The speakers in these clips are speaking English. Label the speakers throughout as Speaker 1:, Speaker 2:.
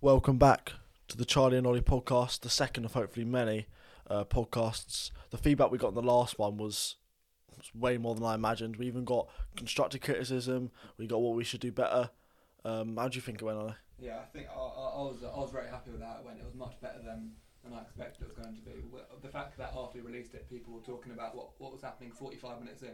Speaker 1: Welcome back to the Charlie and Ollie podcast, the second of hopefully many uh, podcasts. The feedback we got in the last one was, was way more than I imagined. We even got constructive criticism. We got what we should do better. Um, how do you think it went, Ollie?
Speaker 2: Yeah, I think I, I, I was I was very happy with that when it was much better than, than I expected it was going to be. Well, The fact that after we released it, people were talking about what, what was happening 45 minutes in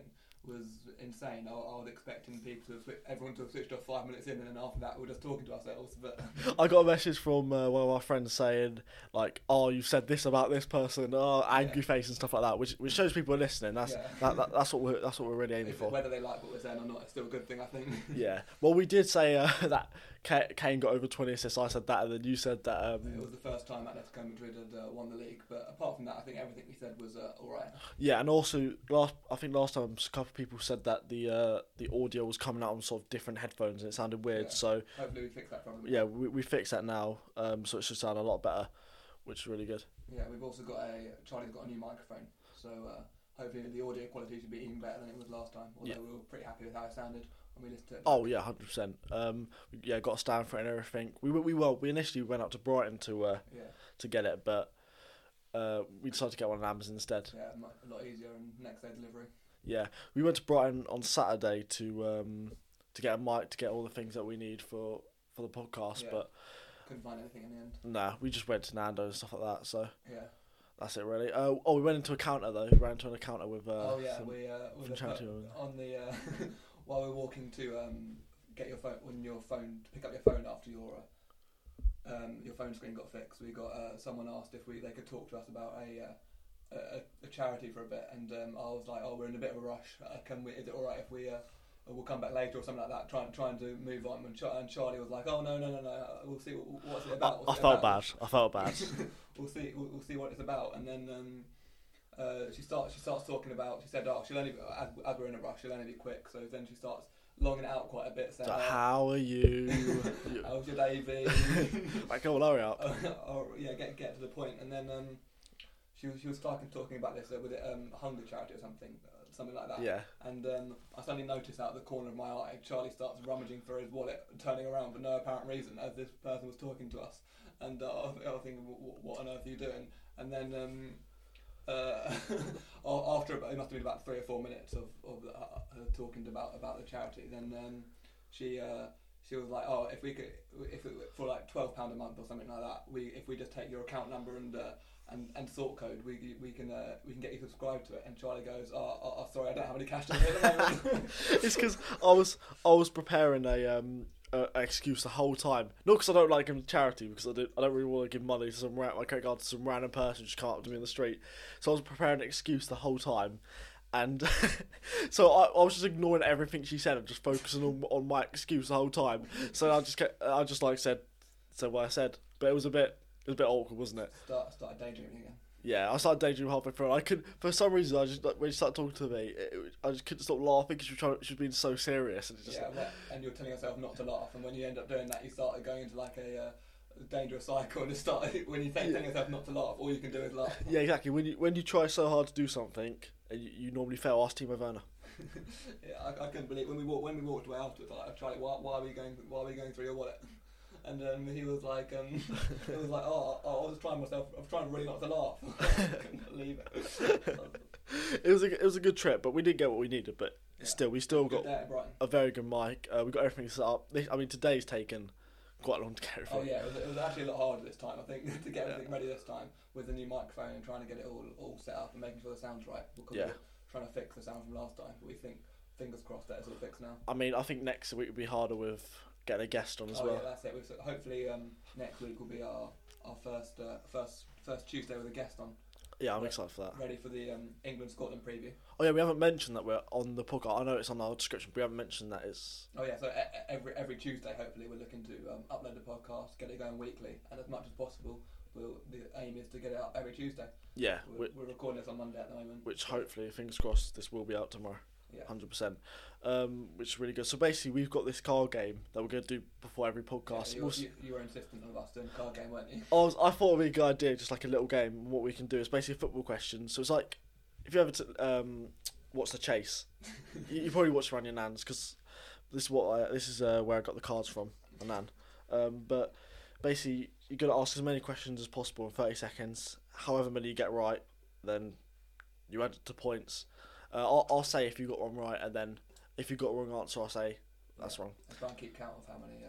Speaker 2: was insane. I, I was expecting people to have swi- everyone to have switched off five minutes in, and then after that we were just talking to ourselves. But
Speaker 1: I got a message from uh, one of our friends saying, like, oh, you said this about this person, oh, angry
Speaker 2: Yeah.
Speaker 1: face and stuff like that, which, which shows people are listening. That's
Speaker 2: Yeah.
Speaker 1: that, that, that's what we're that's what we're really aiming
Speaker 2: if-
Speaker 1: for.
Speaker 2: whether they like what we're saying or not, it's still a good thing, I think.
Speaker 1: Yeah. Well, we did say uh, that Ka- Kane got over 20 assists. I said that, and then you said that.
Speaker 2: It was
Speaker 1: Um,
Speaker 2: the first time Atletico Madrid had uh, won the league, but apart from that, I think everything we said was uh, all right.
Speaker 1: yeah, and also last, I think last time a couple of people said that the uh, the audio was coming out on sort of different headphones and it sounded weird.
Speaker 2: Yeah.
Speaker 1: So
Speaker 2: Hopefully, we fix that problem.
Speaker 1: yeah, we we fixed that now, um, so it should sound a lot better, which is really good.
Speaker 2: Yeah, we've also got a Charlie's got a new microphone, so uh, hopefully the audio quality should be even better than it was last time. Although
Speaker 1: Yeah.
Speaker 2: we were pretty happy with how it sounded when we listened to it.
Speaker 1: Oh yeah, hundred percent. Um, yeah, got a stand for it and everything. We were- we well we initially went up to Brighton to uh,
Speaker 2: yeah,
Speaker 1: to get it, but uh, we decided to get one on Amazon instead.
Speaker 2: yeah, mu- a lot easier and next day delivery.
Speaker 1: Yeah, we went to Brighton on Saturday to um to get a mic to get all the things that we need for for the podcast,
Speaker 2: Yeah.
Speaker 1: but
Speaker 2: Couldn't find anything in the end.
Speaker 1: nah, we just went to Nando's and stuff like that. So
Speaker 2: Yeah.
Speaker 1: that's it really. Uh, oh, we went into a counter though. We ran into an encounter with uh,
Speaker 2: oh yeah,
Speaker 1: some-
Speaker 2: we uh, with
Speaker 1: from
Speaker 2: the
Speaker 1: charity
Speaker 2: phone-
Speaker 1: or-
Speaker 2: on the uh, while we're walking to um, get your phone when your phone to pick up your phone after your. Uh, um, your phone screen got fixed. We got uh, someone asked if we they could talk to us about a uh, a, a- a charity for a bit, and um, I was like, "Oh, we're in a bit of a rush. Uh, can we? Is it all right if we uh, we'll come back later or something like that?" Trying trying to move on. And, Char- and Charlie was like, "Oh no no no no, uh, we'll see what, what's it
Speaker 1: I,
Speaker 2: about."
Speaker 1: I
Speaker 2: what's it
Speaker 1: felt
Speaker 2: about?"
Speaker 1: bad. I felt bad.
Speaker 2: we'll see. We'll, we'll see what it's about. And then um, uh, she starts. She starts talking about. She said, "Oh, she'll only be, as, as we're in a rush, she'll only be quick." So then she starts longing it out quite a bit,
Speaker 1: It's
Speaker 2: saying,
Speaker 1: like,
Speaker 2: "Oh,
Speaker 1: how are you? You-
Speaker 2: "How's your day been?"
Speaker 1: like, oh, hurry up.
Speaker 2: or, or yeah, get get to the point. And then um, she was she was talking talking about this uh, with it um, hunger charity or something, uh, something like that.
Speaker 1: Yeah,
Speaker 2: And um, I suddenly notice out of the corner of my eye, Charlie starts rummaging for his wallet, turning around for no apparent reason as this person was talking to us. And uh, I was I was thinking, "Wh- wh- what on earth are you doing? And then um, uh, a- after about, it must have been about three or four minutes of, of uh, her talking about about the charity, then um, she uh, she was like, oh, if we could, if it, for like twelve pound a month or something like that, we if we just take your account number and. Uh, and, and sort code, we, we can uh, we can get you subscribed to it. And Charlie goes, oh, oh, oh, sorry, I don't have any cash on me at the moment.
Speaker 1: it's because I was I was preparing a um a, a excuse the whole time. Not because I don't like giving to charity, because I don't I don't really want to give money to some ran- my credit card to some random person who's come up to me in the street. So I was preparing an excuse the whole time. And so I, I was just ignoring everything she said and just focusing on, on my excuse the whole time. So I just kept, I just like said said what I said, but it was a bit it was a bit awkward, wasn't it?
Speaker 2: Start started daydreaming again.
Speaker 1: Yeah, I started daydreaming halfway through. And I could, for some reason, I just like, when she started talking to me, it, it- I just couldn't stop laughing because she was trying, she was being so serious and it just
Speaker 2: yeah, well, and you're telling yourself not to laugh, and when you end up doing that, you start going into like a uh, dangerous cycle, and you start when you think telling yourself not to laugh, all you can do is laugh.
Speaker 1: Yeah, exactly. When you when you try so hard to do something, and you, you normally fail. Ask Timo Werner.
Speaker 2: Yeah, I, I couldn't believe when we walked when we walked away afterwards. Like, Charlie, why, why are we going? Why are we going through your wallet? And um, he was like, um, it was like, oh, oh, I was trying myself. I'm trying really not to laugh. I couldn't believe it.
Speaker 1: It was a it was a good trip, but we didn't get what we needed. But
Speaker 2: Yeah.
Speaker 1: still, we still
Speaker 2: Good
Speaker 1: got
Speaker 2: day at Brighton.
Speaker 1: a very good mic. Uh, we got everything set up. This- I mean, today's taken quite long to get everything.
Speaker 2: Oh yeah, it was, it was actually a lot harder this time. I think to get everything ready this time with the new microphone and trying to get it all all set up and making sure the sound's right. Because
Speaker 1: Yeah.
Speaker 2: we were trying to fix the sound from last time, but we think fingers crossed that it's all fixed now.
Speaker 1: I mean, I think next week would be harder with getting a guest on as
Speaker 2: oh
Speaker 1: well.
Speaker 2: yeah, that's it. We've, so hopefully um, next week will be our our first uh, first first Tuesday with a guest on,
Speaker 1: yeah, I'm
Speaker 2: Yeah.
Speaker 1: excited for that.
Speaker 2: ready for the um, England Scotland preview.
Speaker 1: Oh yeah, we haven't mentioned that we're on the podcast. I know it's on our description, but we haven't mentioned that it's
Speaker 2: Oh yeah, so e- e- every every Tuesday, hopefully, we're looking to um, upload the podcast, get it going weekly, and as much as possible, we'll, the aim is to get it up every Tuesday.
Speaker 1: yeah,
Speaker 2: We're,
Speaker 1: whi-
Speaker 2: we're recording this on Monday at the moment.
Speaker 1: which hopefully, fingers crossed, this will be out tomorrow,
Speaker 2: Yeah.
Speaker 1: hundred percent, um, which is really good. So basically, we've got this card game that we're gonna do before every podcast.
Speaker 2: Yeah, you,
Speaker 1: We'll
Speaker 2: were-
Speaker 1: s-
Speaker 2: you, you were insistent on us doing a card game, weren't you?
Speaker 1: I, was, I thought it would be a good idea, just like a little game. What we can do is basically a football question. So it's like if you ever t- um, watch the chase, you, you probably watch around your nans because this is what I, this is uh, where I got the cards from, my nan. Um, but basically you got to ask as many questions as possible in 30 seconds. However many you get right, then you add it to points. Uh, I'll, I'll say if you got one right, and then if you got a wrong answer, I'll say that's wrong.
Speaker 2: I try and keep count of how many, uh,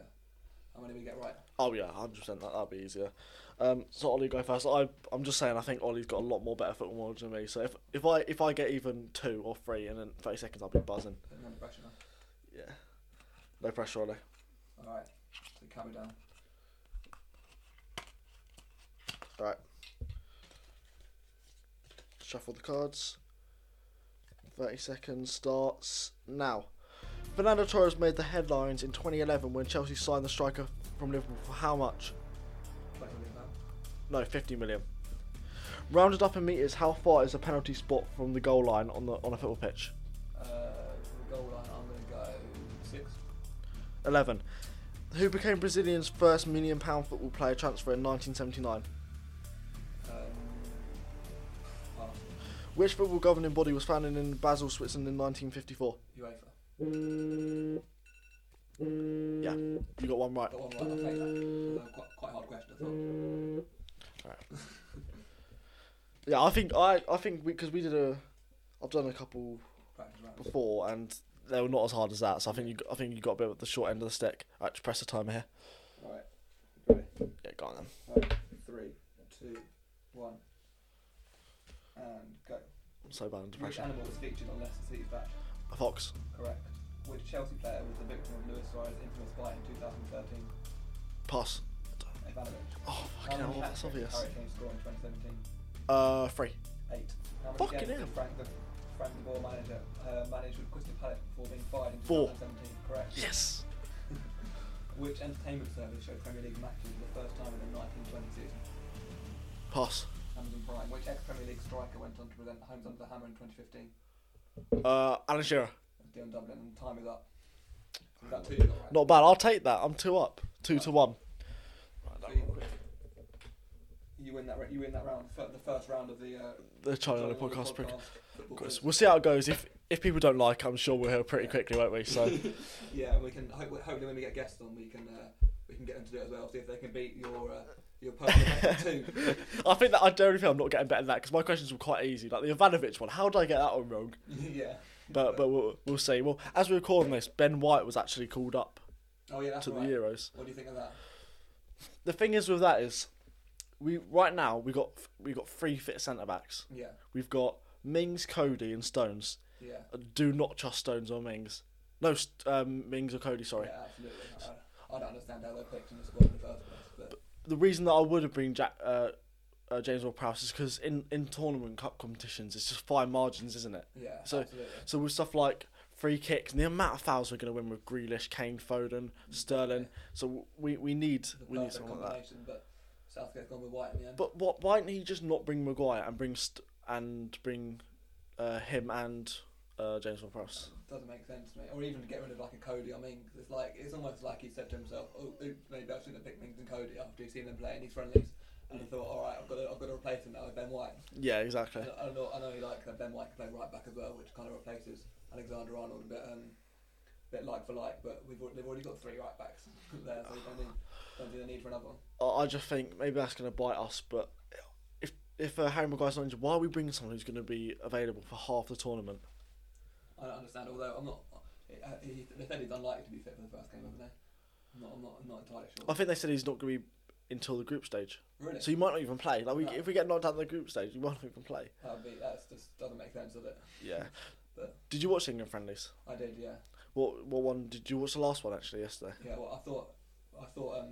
Speaker 2: how many we get right.
Speaker 1: Oh yeah, hundred percent. That that'd be easier. Um, so Ollie, go first. I I'm just saying. I think Ollie's got a lot more better football knowledge than me. So if if I if I get even two or three in then thirty seconds, I'll be buzzing.
Speaker 2: Putting under pressure now.
Speaker 1: Yeah. No pressure, Ollie.
Speaker 2: All right, so count me down.
Speaker 1: All right. Shuffle the cards. Thirty seconds starts now. Fernando Torres made the headlines in 2011 when Chelsea signed the striker from Liverpool for how much?
Speaker 2: Twenty million pounds.
Speaker 1: No, 50 million. Rounded up in meters, how far is a penalty spot from the goal line on the on a football pitch?
Speaker 2: Uh, for the goal line, I'm going to go six.
Speaker 1: 11. Who became Brazilian's first million pound football player transfer in 1979?
Speaker 2: Um, pass.
Speaker 1: Which football governing body was founded in Basel, Switzerland in 1954?
Speaker 2: UEFA.
Speaker 1: Yeah, you got one right.
Speaker 2: Got one right. I'll take that. Uh, quite, quite a hard question. I thought.
Speaker 1: Yeah, I think I I think because we, did a, I've done a couple
Speaker 2: Practice round.
Speaker 1: before and they were not as hard as that. So I think you I think you got a bit of the short end of the stick. All right, just press the timer here.
Speaker 2: All right. Ready?
Speaker 1: Yeah, go on then.
Speaker 2: Alright, Three, two, one, and go.
Speaker 1: I'm so bad under
Speaker 2: Which
Speaker 1: pressure.
Speaker 2: animal was featured on Leicester City's back?
Speaker 1: A fox.
Speaker 2: Correct. Which Chelsea player was the victim of Luis Suarez' infamous bite in 2013?
Speaker 1: Pass.
Speaker 2: Ivanovic.
Speaker 1: Oh
Speaker 2: How
Speaker 1: fucking
Speaker 2: many
Speaker 1: hell,
Speaker 2: hat
Speaker 1: that's
Speaker 2: tricks did
Speaker 1: obvious.
Speaker 2: Harry Kane score in 2017?
Speaker 1: Uh, three.
Speaker 2: Eight. How many
Speaker 1: Fucking
Speaker 2: games
Speaker 1: hell.
Speaker 2: did Frank the Frank de Boer manager uh, managed with Crystal Palace before being fired in
Speaker 1: Four.
Speaker 2: 2017? Correct.
Speaker 1: Yes.
Speaker 2: Which entertainment service showed Premier League matches for the first time in the 1920 season?
Speaker 1: Pass.
Speaker 2: Amazon Prime. Which ex-Premier League striker went on to present Homes Under the Hammer in 2015?
Speaker 1: Uh, Alan Shearer.
Speaker 2: That's Dylan Dublin, and time is up. Is that two you got right?
Speaker 1: Not bad. I'll take that. I'm two up. Two to one.
Speaker 2: So you, you win that. ra- You win that round. fir- The first round of the. Uh,
Speaker 1: The China
Speaker 2: Johnny
Speaker 1: Lolo podcast. podcast.
Speaker 2: football quiz.
Speaker 1: We'll see how it goes. If if people don't like, it, I'm sure we'll hear pretty quickly, won't we? So
Speaker 2: Yeah, and we can hope, hopefully when we get guests on, we can uh, we can get them to do it as well. See if they can beat your uh, your personal best too.
Speaker 1: I think that I don't think I'm not getting better than that because my questions were quite easy. Like the Ivanovic one. How did I get that one wrong?
Speaker 2: yeah.
Speaker 1: But but we'll, we'll see. Well, as we we're recording this, Ben White was actually called up
Speaker 2: Oh yeah, that's
Speaker 1: to
Speaker 2: right.
Speaker 1: the Euros.
Speaker 2: What do you think of that?
Speaker 1: The thing is with that is, we right now we got we got three fit centre backs.
Speaker 2: Yeah,
Speaker 1: We've got Mings, Cody, and Stones.
Speaker 2: yeah,
Speaker 1: do not trust Stones or Mings. No, st- um, Mings or Cody, sorry.
Speaker 2: yeah, absolutely. I, I don't understand how they're picked in the squad in the first place, but
Speaker 1: The reason that I would have been Jack, uh, uh, James Ward Prowse is because in, in tournament cup competitions, it's just fine margins, isn't it?
Speaker 2: yeah,
Speaker 1: So-
Speaker 2: absolutely.
Speaker 1: So with stuff like free kicks and the amount of fouls we're going to win with Grealish, Kane, Foden, Sterling, so we we need
Speaker 2: The
Speaker 1: we need
Speaker 2: perfect
Speaker 1: someone like that.
Speaker 2: combination, but Southgate's gone with White in the end.
Speaker 1: But what? Why didn't he just not bring Maguire and bring st- and bring uh, him and uh, James Ward Prowse?
Speaker 2: doesn't make sense to me. Or even to get rid of like a Cody. I mean, 'cause it's like it's almost like he said to himself, "Oh, oops, maybe I shouldn't have picked Mings and Cody after he's seen them play in his friendlies."
Speaker 1: Mm.
Speaker 2: And I thought, "All right, I've got to, I've got to replace him now with Ben White."
Speaker 1: Yeah, exactly.
Speaker 2: And I, I know, I know he likes that Ben White can play right back as well, which kind of replaces Alexander Arnold a bit, um, bit like for like. But we've al- they've already got three right backs there, so we don't need, don't see the need for another one.
Speaker 1: I I just think maybe that's going to bite us. But if if uh, Harry Maguire's not injured, why are we bringing someone who's going to be available for half the tournament?
Speaker 2: I don't understand. Although I'm not, uh, he, they said he's unlikely to be fit for the first game, haven't they? I'm not, I'm not, I'm not entirely
Speaker 1: I
Speaker 2: sure.
Speaker 1: think they said he's not going to be until the group stage,
Speaker 2: Really?
Speaker 1: Oh, so you might not even play. Like we,
Speaker 2: No.
Speaker 1: if we get knocked out in the group stage, you might not even play.
Speaker 2: That'd be that's just doesn't make sense, does it?
Speaker 1: Yeah.
Speaker 2: But-
Speaker 1: Did you watch England friendlies?
Speaker 2: I did, yeah.
Speaker 1: What what one did you watch the last one actually yesterday?
Speaker 2: Yeah, well, I thought, I thought, um,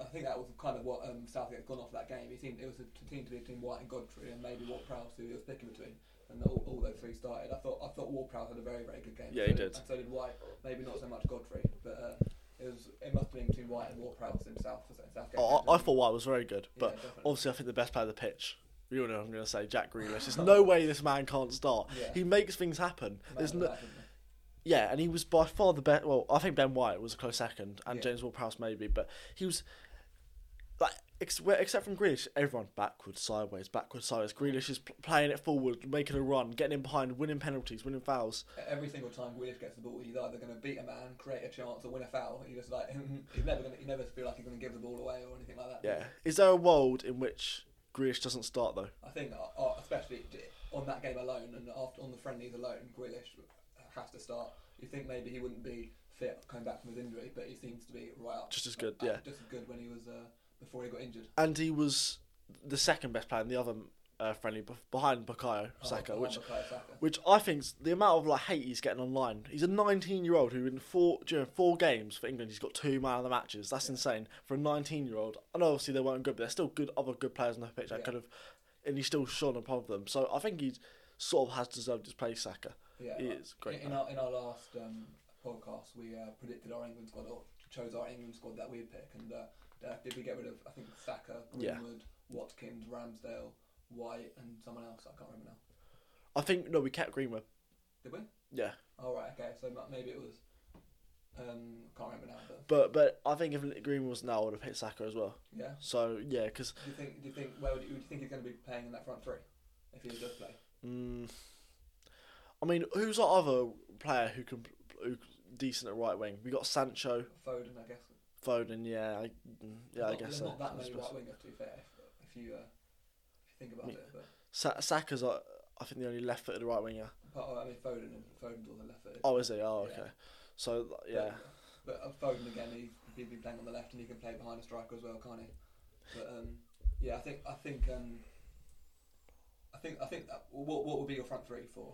Speaker 2: I think that was kind of what um, Southgate had gone off that game. He seemed it was a team to be between White and Godfrey, and maybe Ward Prowse who he was picking between, and all, all those three started. I thought I thought Ward Prowse had a very very good game.
Speaker 1: Yeah,
Speaker 2: so
Speaker 1: he did.
Speaker 2: And so did White. Maybe not so much Godfrey, but uh, it was it must have been between White and Ward Prowse himself. was it? Southgate.
Speaker 1: Oh, I, I thought White was very good,
Speaker 2: Yeah,
Speaker 1: but
Speaker 2: definitely.
Speaker 1: obviously I think the best player of the pitch. You all know what I'm going to say Jack Grealish. There's no way this man can't start.
Speaker 2: Yeah.
Speaker 1: He makes things happen.
Speaker 2: Man,
Speaker 1: There's no,
Speaker 2: that happened.
Speaker 1: Yeah, and he was by far the best. Well, I think Ben White was a close second, and
Speaker 2: Yeah.
Speaker 1: James Ward-Prowse maybe, but he was like a ex- where- except from Grealish, everyone backwards, sideways, backwards, sideways. Grealish is p- playing it forward, making a run, getting in behind, winning penalties, winning fouls.
Speaker 2: Every single time Grealish gets the ball, he's either going to beat a man, create a chance, or win a foul. He just like he's never going to, he never feel like he's going to give the ball away or anything like that.
Speaker 1: Yeah. Is there a world in which Grealish doesn't start though?
Speaker 2: I think, uh, uh, especially d- on that game alone and after on the friendlies alone, Grealish uh, has to start. You think maybe he wouldn't be fit coming back from his injury, but he seems to be right up.
Speaker 1: Just as good,
Speaker 2: uh,
Speaker 1: yeah.
Speaker 2: Just as good when he was uh, before he got injured.
Speaker 1: And he was the second best player in the other uh, friendly bef- behind Bukayo Saka,
Speaker 2: Oh,
Speaker 1: which
Speaker 2: Bukayo Saka.
Speaker 1: which I think's the amount of like hate he's getting online. He's a 19 year old who in four during four games for England he's got two man of the matches. That's insane for a 19 year old. I know obviously they weren't good, but there's still good other good players on the pitch that
Speaker 2: Yeah.
Speaker 1: could have, and he still shone upon them. So I think he sort of has deserved his place, Saka.
Speaker 2: Yeah,
Speaker 1: he
Speaker 2: like,
Speaker 1: is a great.
Speaker 2: In, in
Speaker 1: player.
Speaker 2: our in our last um, podcast, we uh, predicted our England squad or chose our England squad that we'd pick, and uh, uh, did we get rid of I think Saka,
Speaker 1: Yeah.
Speaker 2: Greenwood, Watkins, Ramsdale, White, and someone else I can't remember now.
Speaker 1: I think no, we kept Greenwood.
Speaker 2: Did we?
Speaker 1: Yeah,
Speaker 2: All Oh, right, okay. So ma- maybe it was. Um, can't remember now, but
Speaker 1: but but I think if Greenwood was now, I would have hit Saka as well.
Speaker 2: yeah.
Speaker 1: So yeah, because
Speaker 2: Do you think? Do you think? Where would you, would you think he's going to be playing in that front three if he does play?
Speaker 1: Mm, I mean, who's our other player who can who decent at right wing? We got Sancho,
Speaker 2: Foden, I guess.
Speaker 1: Foden. Yeah, I, mm, yeah, I
Speaker 2: Not-
Speaker 1: guess
Speaker 2: there's
Speaker 1: so.
Speaker 2: Not that
Speaker 1: I
Speaker 2: many
Speaker 1: suppose.
Speaker 2: right wingers, to be fair. If, if you uh, if you think about
Speaker 1: Me-
Speaker 2: it, but,
Speaker 1: Sa- Saka's, uh, I think, the only left-footed right winger.
Speaker 2: but oh, I mean Foden and Foden's all the left footed.
Speaker 1: Oh, is he? Oh,
Speaker 2: Yeah.
Speaker 1: okay. So yeah,
Speaker 2: But uh, Foden again, he he'd been playing on the left and he can play behind a striker as well, can't he? But um, yeah, I think I think um, I think I think that, what what would be your front three for?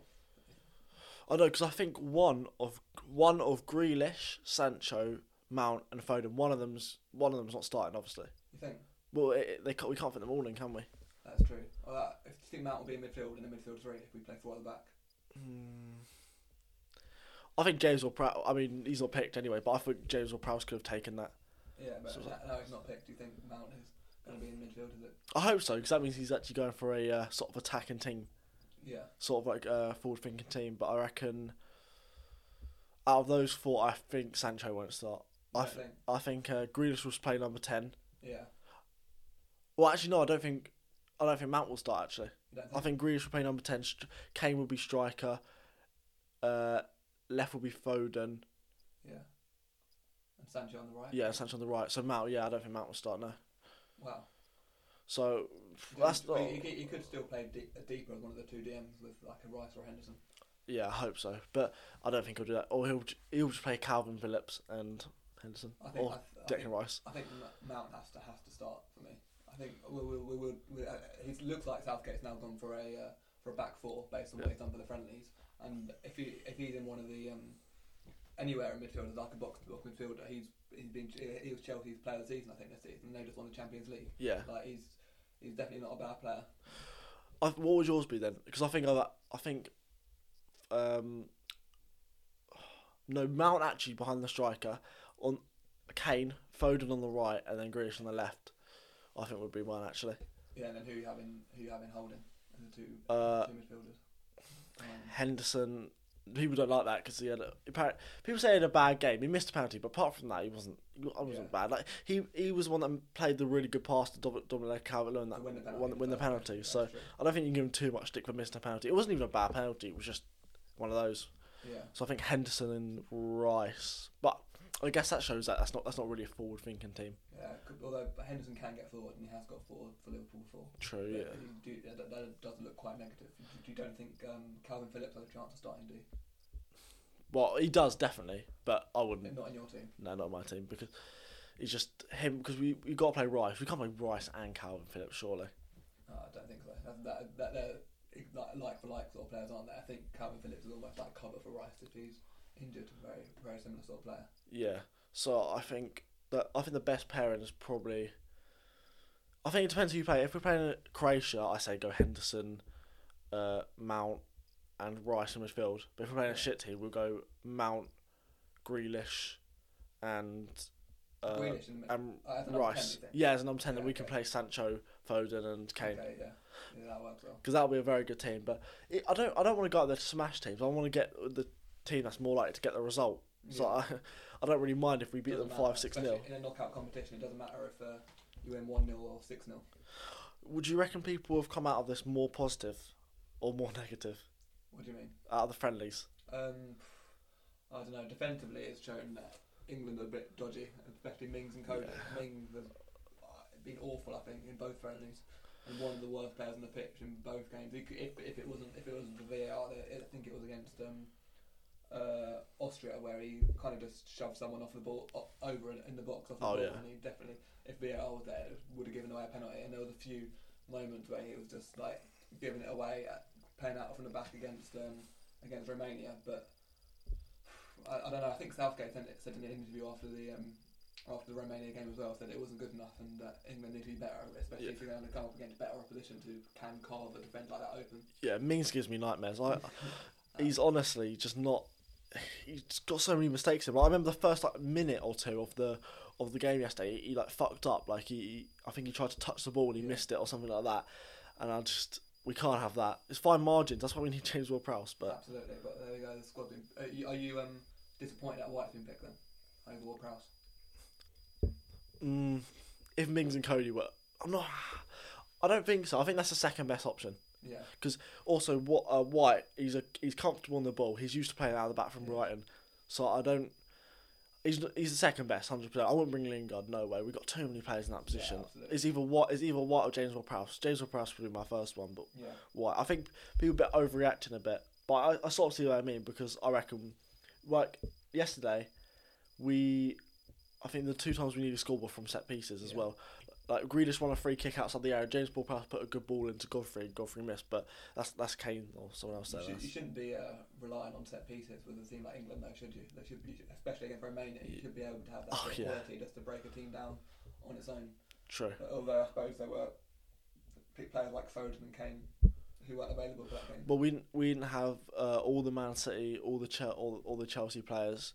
Speaker 1: I know because I think one of one of Grealish, Sancho, Mount, and Foden. One of them's one of them's not starting, obviously.
Speaker 2: You think?
Speaker 1: Well, it, it- they can't, we can't fit them all in, can we?
Speaker 2: That's true. Well, that, if you think Mount will be in midfield and a midfield three if we play four at the back. Hmm.
Speaker 1: Mm. I think James will. Prou- I mean, he's not picked anyway, but I think James will. Prowse could have taken that.
Speaker 2: Yeah, but
Speaker 1: So-
Speaker 2: now now he's not picked. Do you think Mount is going to be in midfield? Is it?
Speaker 1: I hope so because that means he's actually going for a uh, sort of attacking team,
Speaker 2: Yeah.
Speaker 1: sort of like a forward-thinking team. But I reckon out of those four, I think Sancho won't start. I,
Speaker 2: I
Speaker 1: th-
Speaker 2: think.
Speaker 1: I think uh, Grealish will play number ten.
Speaker 2: Yeah.
Speaker 1: Well, actually, no, I don't think I don't think Mount will start. Actually,
Speaker 2: You don't
Speaker 1: I think Grealish will play number ten. Str- Kane will be striker. Uh, left will be Foden.
Speaker 2: Yeah. And Sancho on the right.
Speaker 1: Yeah, Sancho on the right. So Mount, yeah, I don't think Mount will start now.
Speaker 2: Wow.
Speaker 1: So
Speaker 2: You don't-
Speaker 1: that's
Speaker 2: but
Speaker 1: not.
Speaker 2: you, could- you could still play de- deeper as one of the two DMs with like a Rice or Henderson.
Speaker 1: Yeah, I hope so, but I don't think he'll do that. Or he'll j- he'll just play Calvin Phillips and Henderson
Speaker 2: I think.
Speaker 1: or
Speaker 2: I, th- I
Speaker 1: Declan
Speaker 2: think,
Speaker 1: Rice.
Speaker 2: I think M- Mount has to has to start for me. I think we we we, we, we uh, it looks like Southgate's now gone for a uh, for a back four based on what
Speaker 1: Yeah.
Speaker 2: he's done for the friendlies. And if he if he's in one of the um, anywhere in midfield like a box to box midfielder, he's he's been he was Chelsea's player of the season I think this season. And they just won the Champions League.
Speaker 1: Yeah.
Speaker 2: Like he's he's definitely not a bad player.
Speaker 1: I, what would yours be then? Because I think I, I think, um, no Mount actually behind the striker, on Kane, Foden on the right, and then Grealish on the left. I think would be mine actually.
Speaker 2: Yeah, and then who you have in who you have in holding as the two
Speaker 1: Uh,
Speaker 2: two midfielders. Um,
Speaker 1: Henderson. People don't like that because he had a, apparent- people say he had a bad game. He missed a penalty, but apart from that, he wasn't. He wasn't
Speaker 2: Yeah.
Speaker 1: bad. Like he, he was the one that played the really good pass to Dom- Dominic Calvert-Lewin that
Speaker 2: To win the penalty,
Speaker 1: won, win the
Speaker 2: that's true,
Speaker 1: penalty.
Speaker 2: that's
Speaker 1: So
Speaker 2: true.
Speaker 1: I don't think you can give him too much stick for missing a penalty. It wasn't even a bad penalty. It was just one of those.
Speaker 2: yeah.
Speaker 1: So I think Henderson and Rice, but I guess that shows that that's not that's not really a forward thinking team.
Speaker 2: Yeah, c- Uh, although Henderson can get forward, and he has got forward for Liverpool before.
Speaker 1: True, Oh,
Speaker 2: But
Speaker 1: yeah.
Speaker 2: you do, that, that- that does look quite negative. You, you don't think um, Calvin Phillips has a chance of starting, do you?
Speaker 1: Well, he does definitely, but I wouldn't.
Speaker 2: Not in your team.
Speaker 1: No, not my team because it's just him because we we got to play Rice. We can't play Rice and Calvin Phillips surely.
Speaker 2: No, I don't think so. That, that, that, they're like, like for like sort of players, aren't they? I think Calvin Phillips is almost like cover for Rice if he's injured. Very, very similar sort of player.
Speaker 1: Yeah. So I think that I think the best pairing is probably. I think it depends who you play. If we're playing Croatia, I say go Henderson, uh, Mount, and Rice in midfield. But if we're playing a shit team, we'll go Mount, Grealish, and uh,
Speaker 2: Grealish in the mid-
Speaker 1: and
Speaker 2: Oh, as a number 10,
Speaker 1: Rice.
Speaker 2: you think?
Speaker 1: Yeah, as a number ten, then
Speaker 2: Yeah,
Speaker 1: we can
Speaker 2: okay.
Speaker 1: play Sancho, Foden, and Kane
Speaker 2: Okay, yeah. yeah, that works well.
Speaker 1: because that'll be a very good team. But it, I don't I don't want to go out there to smash teams. I want to get the team that's more likely to get the result. So I, I don't really mind if we beat
Speaker 2: Doesn't
Speaker 1: them
Speaker 2: matter,
Speaker 1: five six
Speaker 2: especially
Speaker 1: nil.
Speaker 2: In a knockout competition, it doesn't matter if uh, you win 1 0 or 6 0.
Speaker 1: Would you reckon people have come out of this more positive or more negative
Speaker 2: What do you mean?
Speaker 1: out of the friendlies?
Speaker 2: Um, I don't know. Defensively, it's shown that England are a bit dodgy, especially Mings and Cody. Mings have uh, been awful, I think, in both friendlies, and one of the worst players on the pitch in both games. If, if if it wasn't if it wasn't the VAR, that- I think it was against um, uh, Austria where he kind of just shoved someone off the ball o- over in, in the box off the
Speaker 1: Oh,
Speaker 2: ball,
Speaker 1: yeah.
Speaker 2: and he definitely if VAR was there would have given away a penalty. And there was a few moments where he was just like giving it away, uh, playing out from the back against um, against Romania, but. I, I don't know. I think Southgate sent it, said in an interview after the um, after the Romania game as well said it wasn't good enough and that England need to be better, especially if you're going to come up against better opposition who can carve the defend like that open.
Speaker 1: Yeah, Mings gives me nightmares. I, he's honestly just not. He's got so many mistakes. in him. I remember the first like minute or two of the of the game yesterday. He, like fucked up. Like he, he- I think he tried to touch the ball and he missed it or something like that. And I just, we can't have that. It's fine margins. That's why we need James Ward-Prowse. But
Speaker 2: Absolutely, but there we go. The squad. Been, are you, are you um, disappointed at White's been picked then over Ward Prowse?
Speaker 1: mm, if Mings and Cody were, I'm not. I don't think so. I think that's the second best option.
Speaker 2: Yeah,
Speaker 1: because also what uh, White he's a he's comfortable on the ball. He's used to playing out of the back from Brighton, so I don't. He's n- he's the second best, hundred percent. I wouldn't bring Lingard. No way. We've got too many players in that position.
Speaker 2: absolutely.
Speaker 1: it's either White, it's either White or James Ward-Prowse. James Ward-Prowse would be my first one, but
Speaker 2: yeah.
Speaker 1: White. I think people a bit overreacting a bit, but I, I sort of see what I mean because I reckon like yesterday we. I think the two times we needed a score were from set pieces as
Speaker 2: Yeah.
Speaker 1: well. Like Grealish won a free kick outside the area. James Ball put a good ball into Godfrey, and Godfrey missed. But that's that's Kane or someone else
Speaker 2: You,
Speaker 1: there.
Speaker 2: should, you
Speaker 1: that's-
Speaker 2: shouldn't be uh, relying on set pieces with a team like England, though, should you? They should, you should, especially against Romania, you should be able to have that
Speaker 1: Oh,
Speaker 2: sort of
Speaker 1: yeah.
Speaker 2: quality just to break a team down on its own.
Speaker 1: True.
Speaker 2: But although I suppose there were p- players like Foden and Kane who weren't available for that game.
Speaker 1: But we didn't, we didn't have uh, all the Man City, all the Chel- all, all the Chelsea players.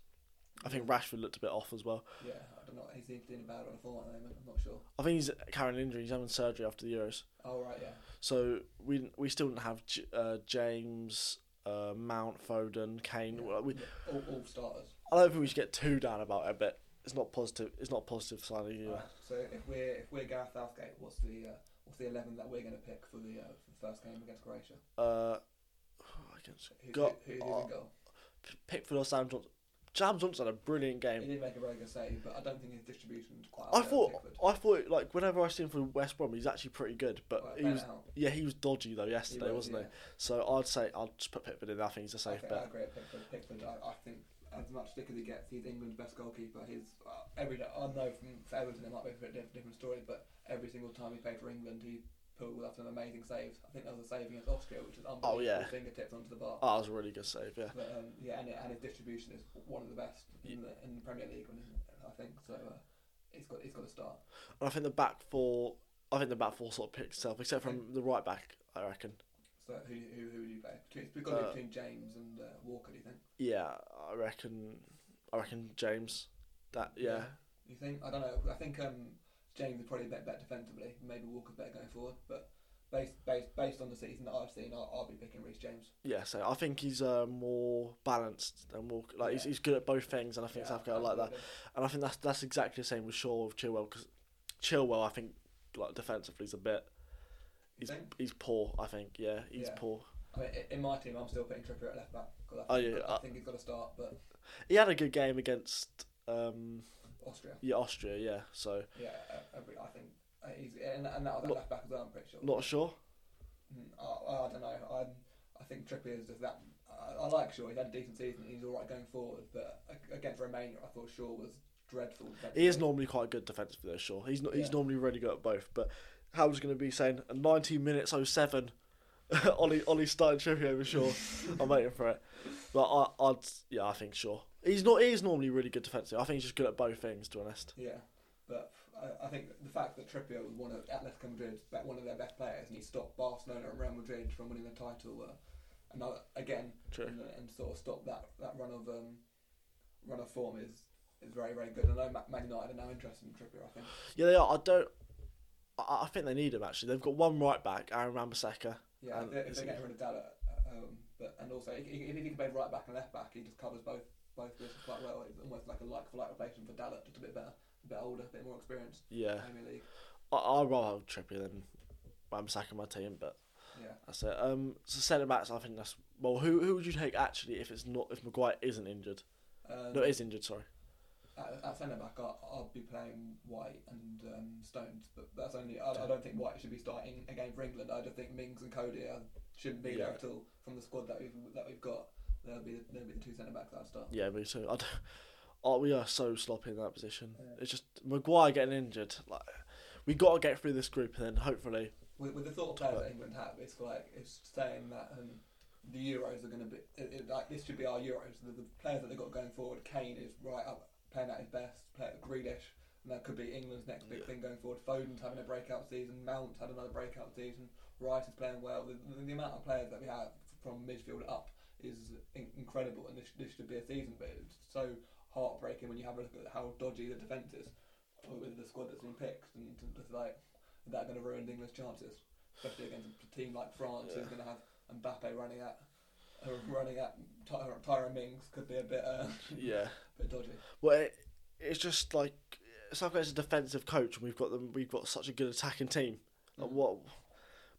Speaker 1: I think Rashford looked a bit off as well.
Speaker 2: Yeah, I don't know. He seems to be in a bad on the form at the moment. I'm not sure.
Speaker 1: I think he's carrying an injury. He's having surgery after the Euros.
Speaker 2: Oh right, yeah.
Speaker 1: So we didn't- we still didn't have J- uh, James, uh, Mount, Foden, Kane. Well, We,
Speaker 2: All, all starters.
Speaker 1: I don't think we should get too down about it, but it's not positive. It's not positive signing either.
Speaker 2: Alright, So if we're if we're Gareth Southgate, what's the uh, what's the eleven that we're going to pick for the, uh, for the first game against Croatia?
Speaker 1: Uh, against
Speaker 2: Who,
Speaker 1: Got-
Speaker 2: who, who's
Speaker 1: oh.
Speaker 2: in goal?
Speaker 1: Pickford or Sam Johnson. Sam Johnson had a brilliant
Speaker 2: He
Speaker 1: game.
Speaker 2: did make a very good save, but I don't think his distribution was quite. up
Speaker 1: I
Speaker 2: there with
Speaker 1: thought
Speaker 2: Pickford.
Speaker 1: I thought like whenever I see him from West Brom, he's actually pretty good. But
Speaker 2: Right,
Speaker 1: he
Speaker 2: Ben
Speaker 1: was
Speaker 2: out.
Speaker 1: yeah he was dodgy though yesterday,
Speaker 2: was,
Speaker 1: wasn't
Speaker 2: yeah.
Speaker 1: he? So I'd say I'd just put Pickford in. I think he's a safe
Speaker 2: Okay, oh, I
Speaker 1: bet.
Speaker 2: agree. with Pickford, Pickford I, I think as much stick as he gets, he's England's best goalkeeper. He's uh, every. I know from for Everton it might be a bit diff- different story, but every single time he played for England, he pulled off some amazing saves. I think that was a save against Austria, which is unbelievable.
Speaker 1: Oh, yeah.
Speaker 2: Fingertips onto the bar.
Speaker 1: Oh, that was a really good save. Yeah.
Speaker 2: But um, yeah, and, and his distribution is one of the best in the, in the Premier League, when- I think. So uh, it's got it's got to start.
Speaker 1: And I think the back four, I think the back four sort of picked itself, except
Speaker 2: Mm.
Speaker 1: from the right back, I reckon.
Speaker 2: So who who who would you play? Between, it's got to
Speaker 1: Uh,
Speaker 2: be between James and uh, Walker. Do you think?
Speaker 1: Yeah, I reckon, I reckon James. That yeah,
Speaker 2: You think? I don't know. I think um, James is probably a bit better defensively. Maybe Walker's better going forward. But based based based on the season that I've seen, I'll, I'll be picking Reece James.
Speaker 1: yeah. So I think he's uh, more balanced and more like he's,
Speaker 2: Yeah.
Speaker 1: he's good at both things, and I think
Speaker 2: Yeah,
Speaker 1: Southgate like that.
Speaker 2: absolutely.
Speaker 1: And I think that's that's exactly the same with Shaw with Chilwell because Chilwell, I think, like defensively, is a bit.
Speaker 2: You
Speaker 1: He's
Speaker 2: think?
Speaker 1: he's poor. I think yeah, he's
Speaker 2: Yeah.
Speaker 1: poor.
Speaker 2: I mean, i- in my team, I'm still putting Trippier at left back because
Speaker 1: Oh,
Speaker 2: I, think-
Speaker 1: yeah,
Speaker 2: I
Speaker 1: I-
Speaker 2: think he's got to start. But
Speaker 1: He had a good game against um
Speaker 2: Austria,
Speaker 1: yeah Austria yeah. So
Speaker 2: yeah, uh, every, I think uh, he's and, and that was at
Speaker 1: Not-
Speaker 2: left back as well. I'm pretty sure.
Speaker 1: not sure.
Speaker 2: Mm, I, I don't know. I I think Trippier is just that. I, I like Shaw. He's had a decent season. He's all right going forward. But a- against Romania, I thought Shaw was dreadful.
Speaker 1: He is
Speaker 2: defensively.
Speaker 1: normally quite good defensively though. Sure, he's not. He's
Speaker 2: Yeah.
Speaker 1: normally really good at both. But Howard's going to be saying 19 minutes 07. Ollie Ollie starting trivia over Shaw. I'm waiting for it. But I I'd yeah I think Shaw. He's not. He is normally really good defensively. I think he's just good at both things. To be honest.
Speaker 2: Yeah, but I, I think the fact that Trippier was one of Atletico Madrid's be- one of their best players, and he stopped Barcelona and Real Madrid from winning the title, uh, another again,
Speaker 1: True.
Speaker 2: And, and sort of stopped that, that run of um, run of form is is very very good. I know Ma- Man United are now interested in Trippier. I think
Speaker 1: Yeah, they are. I don't. I, I think they need him actually. They've got one right back, Aaron Rambaseka.
Speaker 2: yeah,
Speaker 1: Um,
Speaker 2: if they're, if
Speaker 1: is
Speaker 2: they're
Speaker 1: he-
Speaker 2: getting rid of Dalla, um, but and also if if he can play right back and left back, he just covers both both positions quite well. It's almost like a like for like replacement for Dalla, just a bit better, a bit older, a bit more experienced.
Speaker 1: Yeah,
Speaker 2: Premier League.
Speaker 1: I, I'd rather have Trippier than Ram Saka in my team, but
Speaker 2: Yeah.
Speaker 1: that's it. Um, so centre backs, I think that's well. Who who would you take actually if it's not if Maguire isn't injured?
Speaker 2: Um,
Speaker 1: No, is injured. Sorry.
Speaker 2: At, at centre back, I- I'll be playing White and um, Stones, but that's only. I, I don't think White should be starting again for England. I don't think Mings and Cody are, shouldn't be there
Speaker 1: Yeah.
Speaker 2: at all from the squad that we've that we've got. They'll be they'll be the two centre backs that I'd start.
Speaker 1: Yeah, me too. I don't- oh, we are so sloppy in that position. It's just Maguire getting injured. Like we got to get through this group, and then hopefully,
Speaker 2: With, with the sort of players that England have, it's like it's saying that um, the Euros are going to be it, it, like this should be our Euros. The, the players that they have got going forward, Kane is right up playing at his best. Play, Grealish, and that could be England's next big thing going forward. Foden's having a breakout season. Mount had another breakout season. Rice is playing well. The, the, the amount of players that we have from midfield up is in- incredible, and this, this should be a season. But it's so heartbreaking when you have a look at how dodgy the defence is with the squad that's been picked, and it's like is that going to ruin England's chances, especially against a team like France who's going to have Mbappe running at uh, running at Ty- Tyron Mings could be a bit uh,
Speaker 1: yeah.
Speaker 2: bit dodgy.
Speaker 1: Well, it, it's just like Southgate's a defensive coach, and we've got them. We've got such a good attacking team.
Speaker 2: Mm.
Speaker 1: Like what?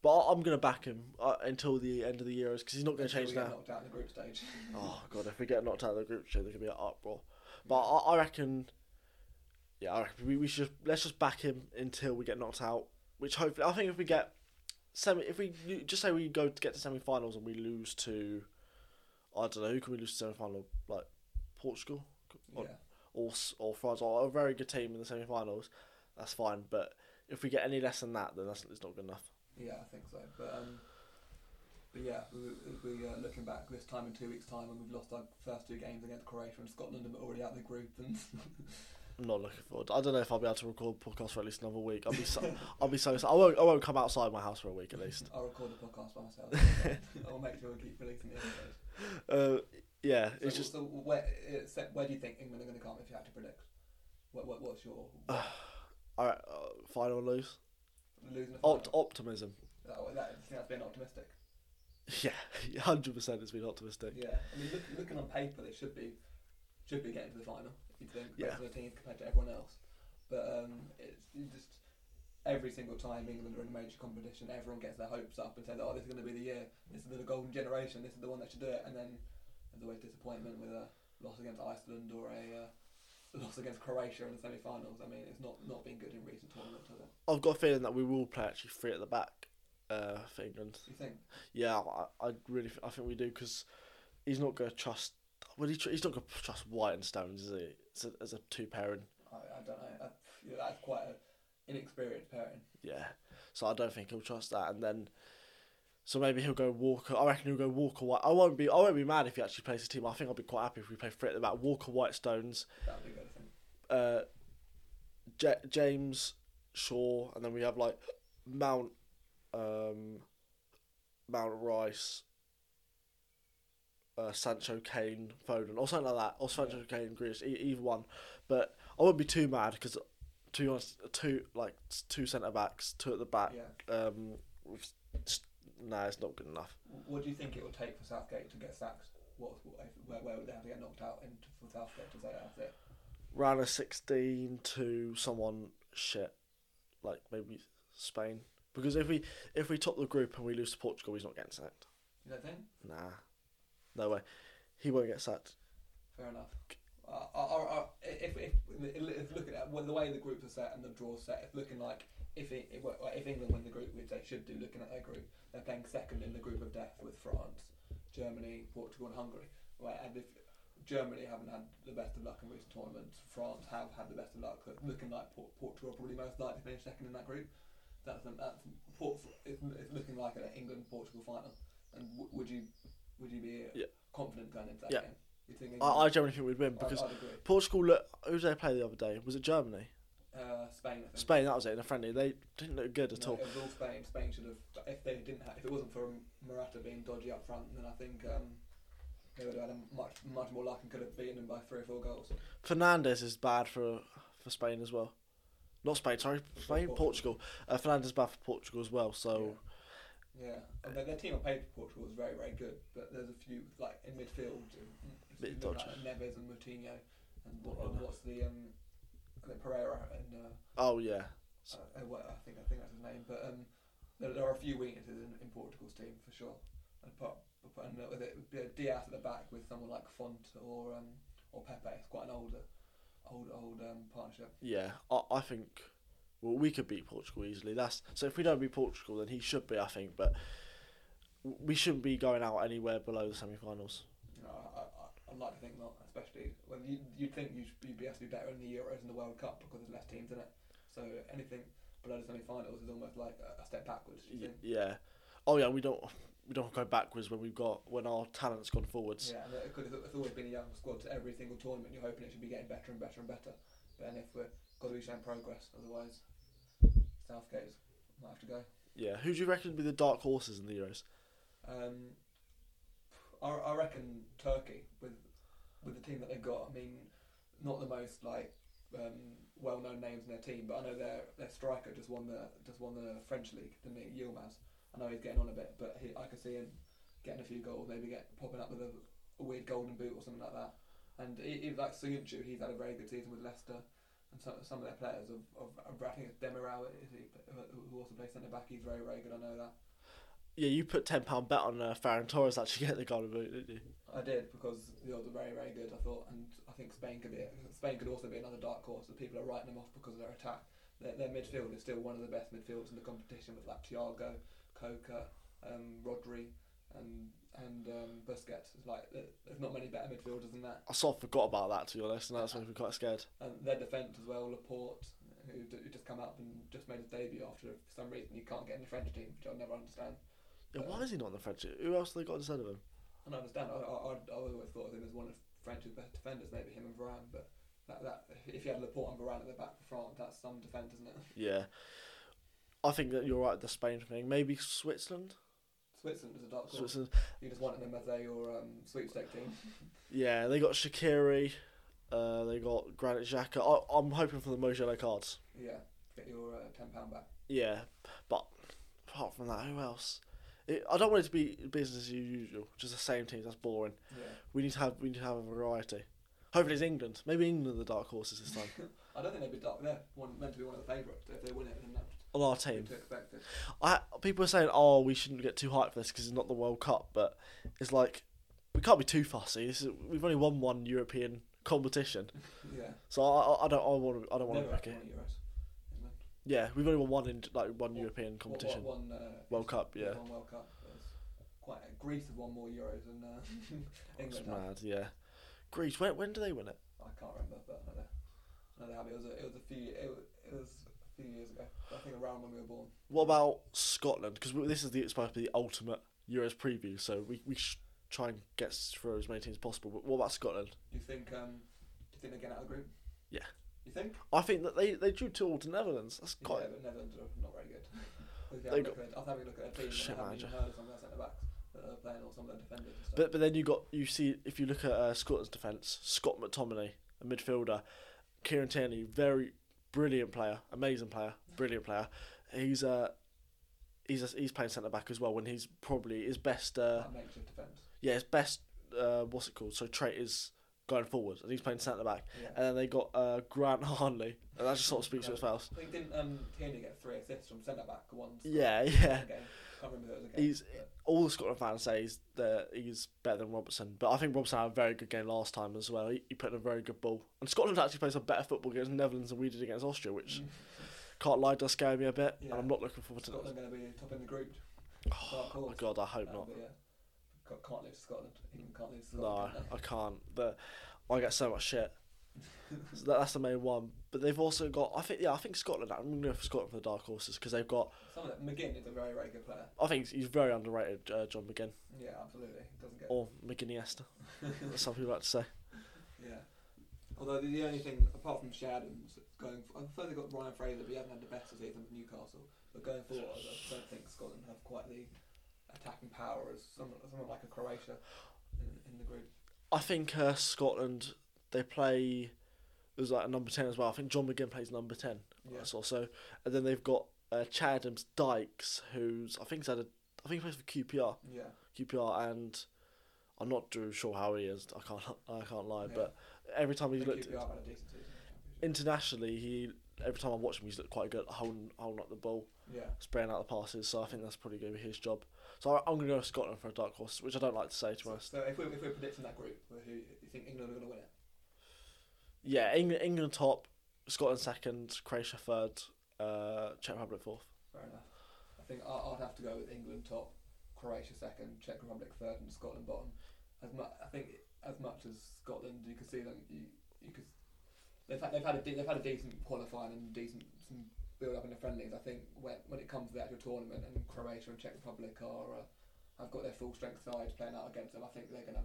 Speaker 1: But I, I'm gonna back him uh, until the end of the Euros because he's not gonna
Speaker 2: Until
Speaker 1: change
Speaker 2: we get
Speaker 1: now.
Speaker 2: knocked out in the group stage.
Speaker 1: Oh god, if we get knocked out of the group stage, there could be an uproar. But I, I reckon, yeah, I reckon we, we should let's just back him until we get knocked out. Which hopefully, I think if we get semi, if we lo- just say we go to get to semi-finals and we lose to, I don't know who can we lose to semi-final like Portugal or
Speaker 2: Yeah.
Speaker 1: or, s- or France or a very good team in the semi-finals, that's fine. But if we get any less than that, then that's it's not good enough.
Speaker 2: Yeah, I think so. But um, but yeah, we, we uh, looking back this time in two weeks' time, and we've lost our first two games against Croatia and Scotland, and we're already out of the group. And
Speaker 1: I'm not looking forward. I don't know if I'll be able to record a podcast for at least another week. I'll be so, I'll be so. I won't. I won't come outside my house for a week at least.
Speaker 2: I'll record the podcast by myself. so I'll make sure we keep releasing the episodes.
Speaker 1: Uh, yeah,
Speaker 2: So,
Speaker 1: it's just.
Speaker 2: so where, uh, so where do you think England are going to come if you had to predict? What, what, what's your
Speaker 1: Uh, All right, uh, final lose.
Speaker 2: losing the
Speaker 1: Opt-
Speaker 2: final?
Speaker 1: optimism.
Speaker 2: That- that- you think that's been optimistic.
Speaker 1: Yeah, hundred percent. It's been optimistic.
Speaker 2: Yeah, I mean, look, looking on paper, they should be should be getting to the final. You think
Speaker 1: Yeah.
Speaker 2: based on the teams compared to everyone else, but um, it's you just every single time England are in a major competition, everyone gets their hopes up and says, "Oh, this is going to be the year. This is the golden generation. This is the one that should do it." And then there's always disappointment with a loss against Iceland or a uh, loss against Croatia in the semi-finals. I mean, it's not not been good in recent tournaments. Has it?
Speaker 1: I've got a feeling that we will play actually three at the back uh, for England.
Speaker 2: You think?
Speaker 1: Yeah, I, I really. I think we do because he's not going to trust. Well, he tr- he's not going to trust White and Stones, is he? As a, as a two pairing.
Speaker 2: I, I don't know. I, you know, that's quite an inexperienced pairing.
Speaker 1: Yeah. So I don't think he'll trust that. And then, so maybe he'll go Walker. I reckon he'll go Walker White. I won't be. I won't be mad if he actually plays the team. I think I'll be quite happy if we play three at the back. Walker White Stones,
Speaker 2: That would be good. I think.
Speaker 1: uh, J- James Shaw, and then we have like Mount, um, Mount Rice. Uh, Sancho, Kane, Foden, or something like that, or Sancho, Kane, Grealish, e- either one. But I wouldn't be too mad because, to be honest, two like two centre backs, two at the back,
Speaker 2: Yeah.
Speaker 1: um, with, nah, it's not good enough.
Speaker 2: What do you think it would take for Southgate to get sacked? What, what if, where, where would they have to get knocked out in to- for Southgate to say that's it?
Speaker 1: Round of 16 to someone shit, like maybe Spain. Because if we if we top the group and we lose to Portugal, he's not getting sacked.
Speaker 2: You don't think?
Speaker 1: Nah, no way. He won't get sacked.
Speaker 2: Fair enough. Uh, I, I, I, if, if, if looking at well, the way the groups are set and the draws set, it's looking like if it, it, were- if England win the group, which they should do, looking at their group, they're playing second in the group of death with France, Germany, Portugal, and Hungary. Right, and if Germany haven't had the best of luck in recent tournaments, France have had the best of luck. so it's looking like Port- Portugal are probably most likely to finish second in that group. That's that's Port, it's, it's looking like an England Portugal final. And w- would you would you be
Speaker 1: Yeah.
Speaker 2: confident going into that
Speaker 1: Yeah.
Speaker 2: game? You think
Speaker 1: I, I generally think we'd win
Speaker 2: I'd-
Speaker 1: because
Speaker 2: I'd agree.
Speaker 1: Portugal. Look, who did they play the other day? Was it Germany?
Speaker 2: Uh, Spain, I think.
Speaker 1: Spain. That was it. In a friendly, they didn't look good at
Speaker 2: No,
Speaker 1: all.
Speaker 2: It was all Spain. Spain should have. If they didn't, have, if it wasn't for Morata being dodgy up front, then I think um, they would have had a much much more luck and could have beaten them by three or four goals.
Speaker 1: Fernandez is bad for for Spain as well. Not Spain, sorry, Spain,
Speaker 2: Portugal.
Speaker 1: Portugal. Uh, Fernandez is bad for Portugal as well. So
Speaker 2: Yeah, and their, their team on paper Portugal was very very good, but there's a few like in midfield, it's
Speaker 1: Bit
Speaker 2: been like
Speaker 1: dodgy.
Speaker 2: Neves and Moutinho, and what, what's the um, I think Pereira and uh,
Speaker 1: oh yeah,
Speaker 2: uh, uh, well, I think I think that's his name. But um, there, there are a few weaknesses in, in Portugal's team for sure. And put and uh, with it would be a Diaz at the back with someone like Font or um, or Pepe. It's quite an older, old old um, partnership.
Speaker 1: Yeah, I, I think well we could beat Portugal easily. That's so if we don't beat Portugal, then he should be. I think, but w- we shouldn't be going out anywhere below the semi-finals.
Speaker 2: You know, I, I, I'd like to think not, especially when you you'd think you should be, you have to be better in the Euros and the World Cup because there's less teams in it. So anything below the semi-finals is almost like a, a step backwards. do you
Speaker 1: Y-
Speaker 2: think?
Speaker 1: yeah. Oh yeah, we don't we don't go backwards when we've got when our talent's gone forwards.
Speaker 2: Yeah, and it could, it's always been a young squad to every single tournament. You're hoping it should be getting better and better and better. But then if we're got to be showing progress, otherwise Southgate's might have to go.
Speaker 1: Yeah. Who do you reckon would be the dark horses in the Euros?
Speaker 2: Um, I, I reckon Turkey with with the team that they've got. I mean, not the most like um, well known names in their team, but I know their their striker just won the just won the French league, didn't he? Yilmaz. I know he's getting on a bit, but he, I could see him getting a few goals, maybe get popping up with a, a weird golden boot or something like that. And e- even like Suyuncu, he's had a very good season with Leicester. And some, some of their players, of, of, of I think it's Demiral, is he, who- who also plays centre back, he's very, very good. I know that.
Speaker 1: Yeah, you put ten pound bet on uh, Ferran Torres actually getting the golden boot, didn't you?
Speaker 2: I did because the odds are very, very good. I thought, and I think Spain could be Spain could also be another dark horse. That people are writing them off because of their attack. Their, their midfield is still one of the best midfields in the competition with like Thiago, Coca, um, Rodri, and and um, Busquets. It's like there- there's not many better midfielders than that.
Speaker 1: I sort of forgot about that to be honest, and that's made me quite scared.
Speaker 2: And their defence as well, Laporte, who, d- who just come up and just made his debut after for some reason he can't get in the French team, which I'll never understand.
Speaker 1: Yeah, why is he not in the French? Who else have they got instead of him?
Speaker 2: And I understand. I, I, I'd- I always thought of him as one of France's best defenders, maybe him and Varane. But that, that if you had Laporte and Varane at the back for France, that's some defence, isn't it?
Speaker 1: Yeah. I think that you're right with the Spain thing. Maybe Switzerland?
Speaker 2: Switzerland is a dark horse.
Speaker 1: Switzerland.
Speaker 2: You just want them as a your um, sweepstake team.
Speaker 1: Yeah, they got Shakiri. Uh, they got Granit Xhaka. I, I'm hoping for the Mojelo cards.
Speaker 2: yeah, get your uh, ten pound back.
Speaker 1: Yeah, but apart from that, who else? It, I don't want it to be business as usual. Just the same teams. That's boring.
Speaker 2: Yeah,
Speaker 1: We need to have we need to have a variety. Hopefully it's England. Maybe England are the dark horses this time.
Speaker 2: I don't think they'd be dark. They're one, meant to be one of the favourites. If they win it, then that's
Speaker 1: On our
Speaker 2: to
Speaker 1: team,
Speaker 2: be expected.
Speaker 1: I people are saying, "Oh, we shouldn't get too hyped for this because it's not the World Cup," but it's like we can't be too fussy. This is, we've only won one European competition,
Speaker 2: Yeah,
Speaker 1: so I, I- I don't I want to I don't want
Speaker 2: never
Speaker 1: to wreck
Speaker 2: actually
Speaker 1: it.
Speaker 2: won Euros. isn't it?
Speaker 1: Yeah, we've only won one in like one
Speaker 2: What-
Speaker 1: European competition,
Speaker 2: What, what, one, uh,
Speaker 1: World Cup. Yeah,
Speaker 2: One World Cup. It's quite uh, Greece have won more Euros than uh,
Speaker 1: it's
Speaker 2: England. have.
Speaker 1: mad. Yeah, Greece. When when do they win it?
Speaker 2: I can't remember, but I know, I know they have. It was a, it was a few it was, it was a few years ago. I think around when we were born.
Speaker 1: What about Scotland? Because this is the it's supposed to be the ultimate Euros preview, so we we should try and get through as many teams as possible. But what about Scotland?
Speaker 2: You think um, you think they get out of the group?
Speaker 1: Yeah.
Speaker 2: You think?
Speaker 1: I think that they they drew two all to Netherlands. That's quite
Speaker 2: Yeah, but Netherlands are not very good. If you
Speaker 1: They
Speaker 2: have a look at- I'll have a look at their team.
Speaker 1: Shit
Speaker 2: and I haven't even
Speaker 1: manager.
Speaker 2: heard of some of their centre backs that are playing or some of their defenders. And stuff.
Speaker 1: But but then you got you see if you look at uh, Scotland's defence, Scott McTominay, a midfielder, Kieran Tierney, very brilliant player, amazing player, brilliant player. He's uh he's he's playing centre back as well when he's probably his best uh
Speaker 2: that makeshift defence.
Speaker 1: yeah his best uh what's it called so trait is going forward and he's playing centre back
Speaker 2: Yeah.
Speaker 1: and then they got uh Grant Harnley and that just sort of speaks for itself.
Speaker 2: I think didn't um, Tierney get three assists from centre back once?
Speaker 1: Yeah yeah.
Speaker 2: Again, can't remember who it was again.
Speaker 1: He's all the Scotland fans say is that he's better than Robertson, but I think Robertson had a very good game last time as well. He, he put in a very good ball, and Scotland actually plays a better football against the Netherlands than we did against Austria, which can't lie does scare me a bit.
Speaker 2: Mm. Yeah.
Speaker 1: And I'm not looking forward to
Speaker 2: Scotland
Speaker 1: that.
Speaker 2: going to be top in the group. dark
Speaker 1: Oh my
Speaker 2: horse.
Speaker 1: god, I hope
Speaker 2: Um,
Speaker 1: not.
Speaker 2: but yeah, Ca- can't lose to Scotland. England can't lose to
Speaker 1: No,
Speaker 2: Scotland. can they?
Speaker 1: I can't. But I get so much shit. so that, that's the main one. But they've also got. I think yeah, I think Scotland. I'm going to go for Scotland for the dark horses because they've got.
Speaker 2: Some of that McGinn is a very, very good player.
Speaker 1: I think he's very underrated, uh, John McGinn
Speaker 2: Yeah, absolutely. He doesn't get.
Speaker 1: or McGinniesta, as some people like to say.
Speaker 2: Yeah. Although the, the only thing apart from Shadens going, for, I suppose they got Ryan Fraser, but he hasn't had the best of season with Newcastle. But going forward, I don't think Scotland have quite the attacking power as someone, someone like a Croatia in, in the group.
Speaker 1: I think uh, Scotland they play there's like a number ten as well. I think John McGinn plays number ten.
Speaker 2: Yeah.
Speaker 1: Yeah. So, so and then they've got uh, Chad Adams Dykes, who's I think's had a I think he plays for QPR,
Speaker 2: Yeah.
Speaker 1: QPR, and I'm not too sure how he is. I can't I can't lie,
Speaker 2: Yeah.
Speaker 1: but every time
Speaker 2: I
Speaker 1: he's
Speaker 2: think
Speaker 1: looked
Speaker 2: QPR had a decent season. in the Championship.
Speaker 1: internationally, he every time I watch him, he's looked quite good at holding, holding up the ball,
Speaker 2: Yeah.
Speaker 1: spraying out the passes. So I think that's probably going to be his job. So I, I'm going to go Scotland for a dark horse, which I don't like to say to be
Speaker 2: So,
Speaker 1: honest.
Speaker 2: so if, we, if we're predicting that group, who who- you think England are going to win it?
Speaker 1: Yeah, England, England top, Scotland second, Croatia third, uh, Czech Republic fourth.
Speaker 2: Fair enough. I think I, I'd have to go with England top, Croatia second, Czech Republic third, and Scotland bottom. As mu- I think as much as Scotland, you could see that you you could they've had, they've had a de- they've had a decent qualifying and decent some build up in the friendlies. I think when when it comes to the actual tournament and Croatia and Czech Republic are uh, have got their full strength sides playing out against them. I think they're going to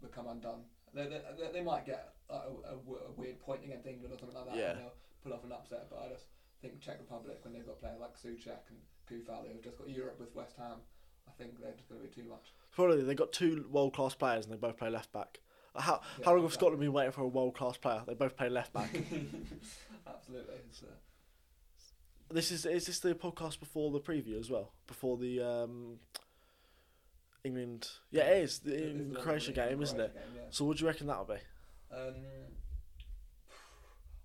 Speaker 2: become undone. They, they, they- they might get like, a, a, w- a weird point against England or something like that.
Speaker 1: Yeah.
Speaker 2: And they'll pull off an upset, but I just think Czech Republic when they've got players like Suchek and Kufal who've just got Europe with West Ham. I think they're just going to be too much.
Speaker 1: Probably they got two world class players and they both play left back. How how long have
Speaker 2: exactly.
Speaker 1: Scotland been waiting for a world class player? They both play left back.
Speaker 2: Absolutely. It's, uh,
Speaker 1: this is is this the podcast before the preview as well? Before the um, England? Yeah, it is the
Speaker 2: it's
Speaker 1: England
Speaker 2: the
Speaker 1: Croatia
Speaker 2: England-
Speaker 1: game, isn't it?
Speaker 2: Croatia game, yeah.
Speaker 1: So what do you reckon that'll be?
Speaker 2: Um,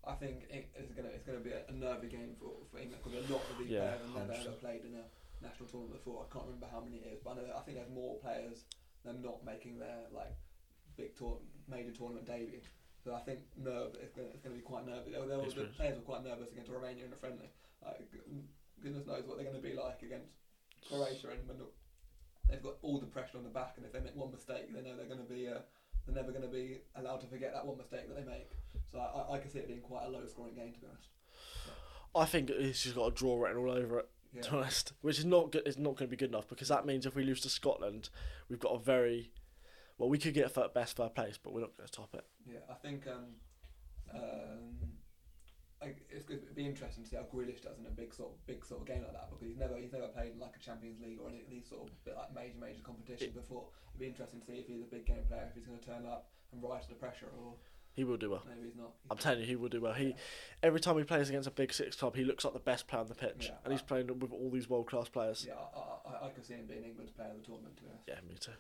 Speaker 2: I think it- it's gonna it's gonna be a, a nervy game for, for England because a lot of these
Speaker 1: Yeah,
Speaker 2: players have never ever
Speaker 1: 100%.
Speaker 2: played in a national tournament before. I can't remember how many it is, but I, know, I think there's more players than not making their like big tour, major tournament debut. So I think nerve it's gonna, it's gonna be quite nervy. They were- they were- the
Speaker 1: Experience.
Speaker 2: players were quite nervous against Romania in a friendly. Like, g- goodness knows what they're gonna be like against Croatia and when the- they've got all the pressure on the back, and if they make one mistake, they know they're going to be uh, they're never going to be allowed to forget that one mistake that they make. So I, I, I can see it being quite a low scoring game to be honest.
Speaker 1: I think it's just got a draw written all over it. To be
Speaker 2: Yeah,
Speaker 1: honest, which is not good. It's not going to be good enough because that means if we lose to Scotland, we've got a very well. We could get fir- best third place, but we're not going to top it.
Speaker 2: yeah. I think um, um, I, it's going to be interesting to see how Grealish does in a big sort of big sort of game like that because he's never he's never played in like a Champions League or any of these sort of bit like major major competitions before. It'd be interesting to see if he's a big game player, if he's going to turn up and rise to the pressure, or
Speaker 1: He will do well.
Speaker 2: maybe he's not.
Speaker 1: I'm telling you, he will do well. He every time he plays against a big six club, he looks like the best player on the pitch,
Speaker 2: Yeah.
Speaker 1: and he's playing with all these world class players.
Speaker 2: yeah, I, I, I, I can see him being England's player of the tournament. To be honest.
Speaker 1: Yeah, me too.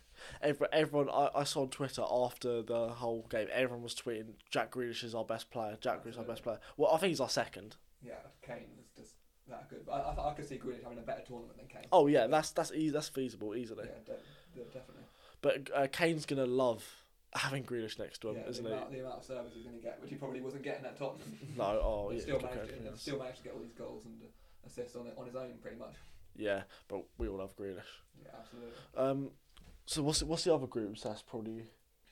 Speaker 1: Every, everyone I, I saw on Twitter after the whole game, everyone was tweeting Jack Grealish is our best player. Jack Grealish is our best player. Well, I think he's our second.
Speaker 2: Yeah, Kane was just that good. But I, I, th- I could see Grealish having a better tournament than Kane.
Speaker 1: Oh yeah, that's that's easy, that's feasible easily.
Speaker 2: yeah, de- de- definitely.
Speaker 1: But uh, Kane's gonna love having Grealish next to him,
Speaker 2: yeah,
Speaker 1: isn't
Speaker 2: the,
Speaker 1: he?
Speaker 2: amount, the amount of service he's going to get, which he probably wasn't getting at Tottenham.
Speaker 1: No, oh
Speaker 2: But
Speaker 1: yeah,
Speaker 2: still,
Speaker 1: good
Speaker 2: managed,
Speaker 1: going,
Speaker 2: and
Speaker 1: yes.
Speaker 2: still managed to get all these goals and uh, assists on it on his own, pretty much.
Speaker 1: yeah. But we all love Grealish.
Speaker 2: Yeah, absolutely.
Speaker 1: Um, so what's the- what's the other groups? That's probably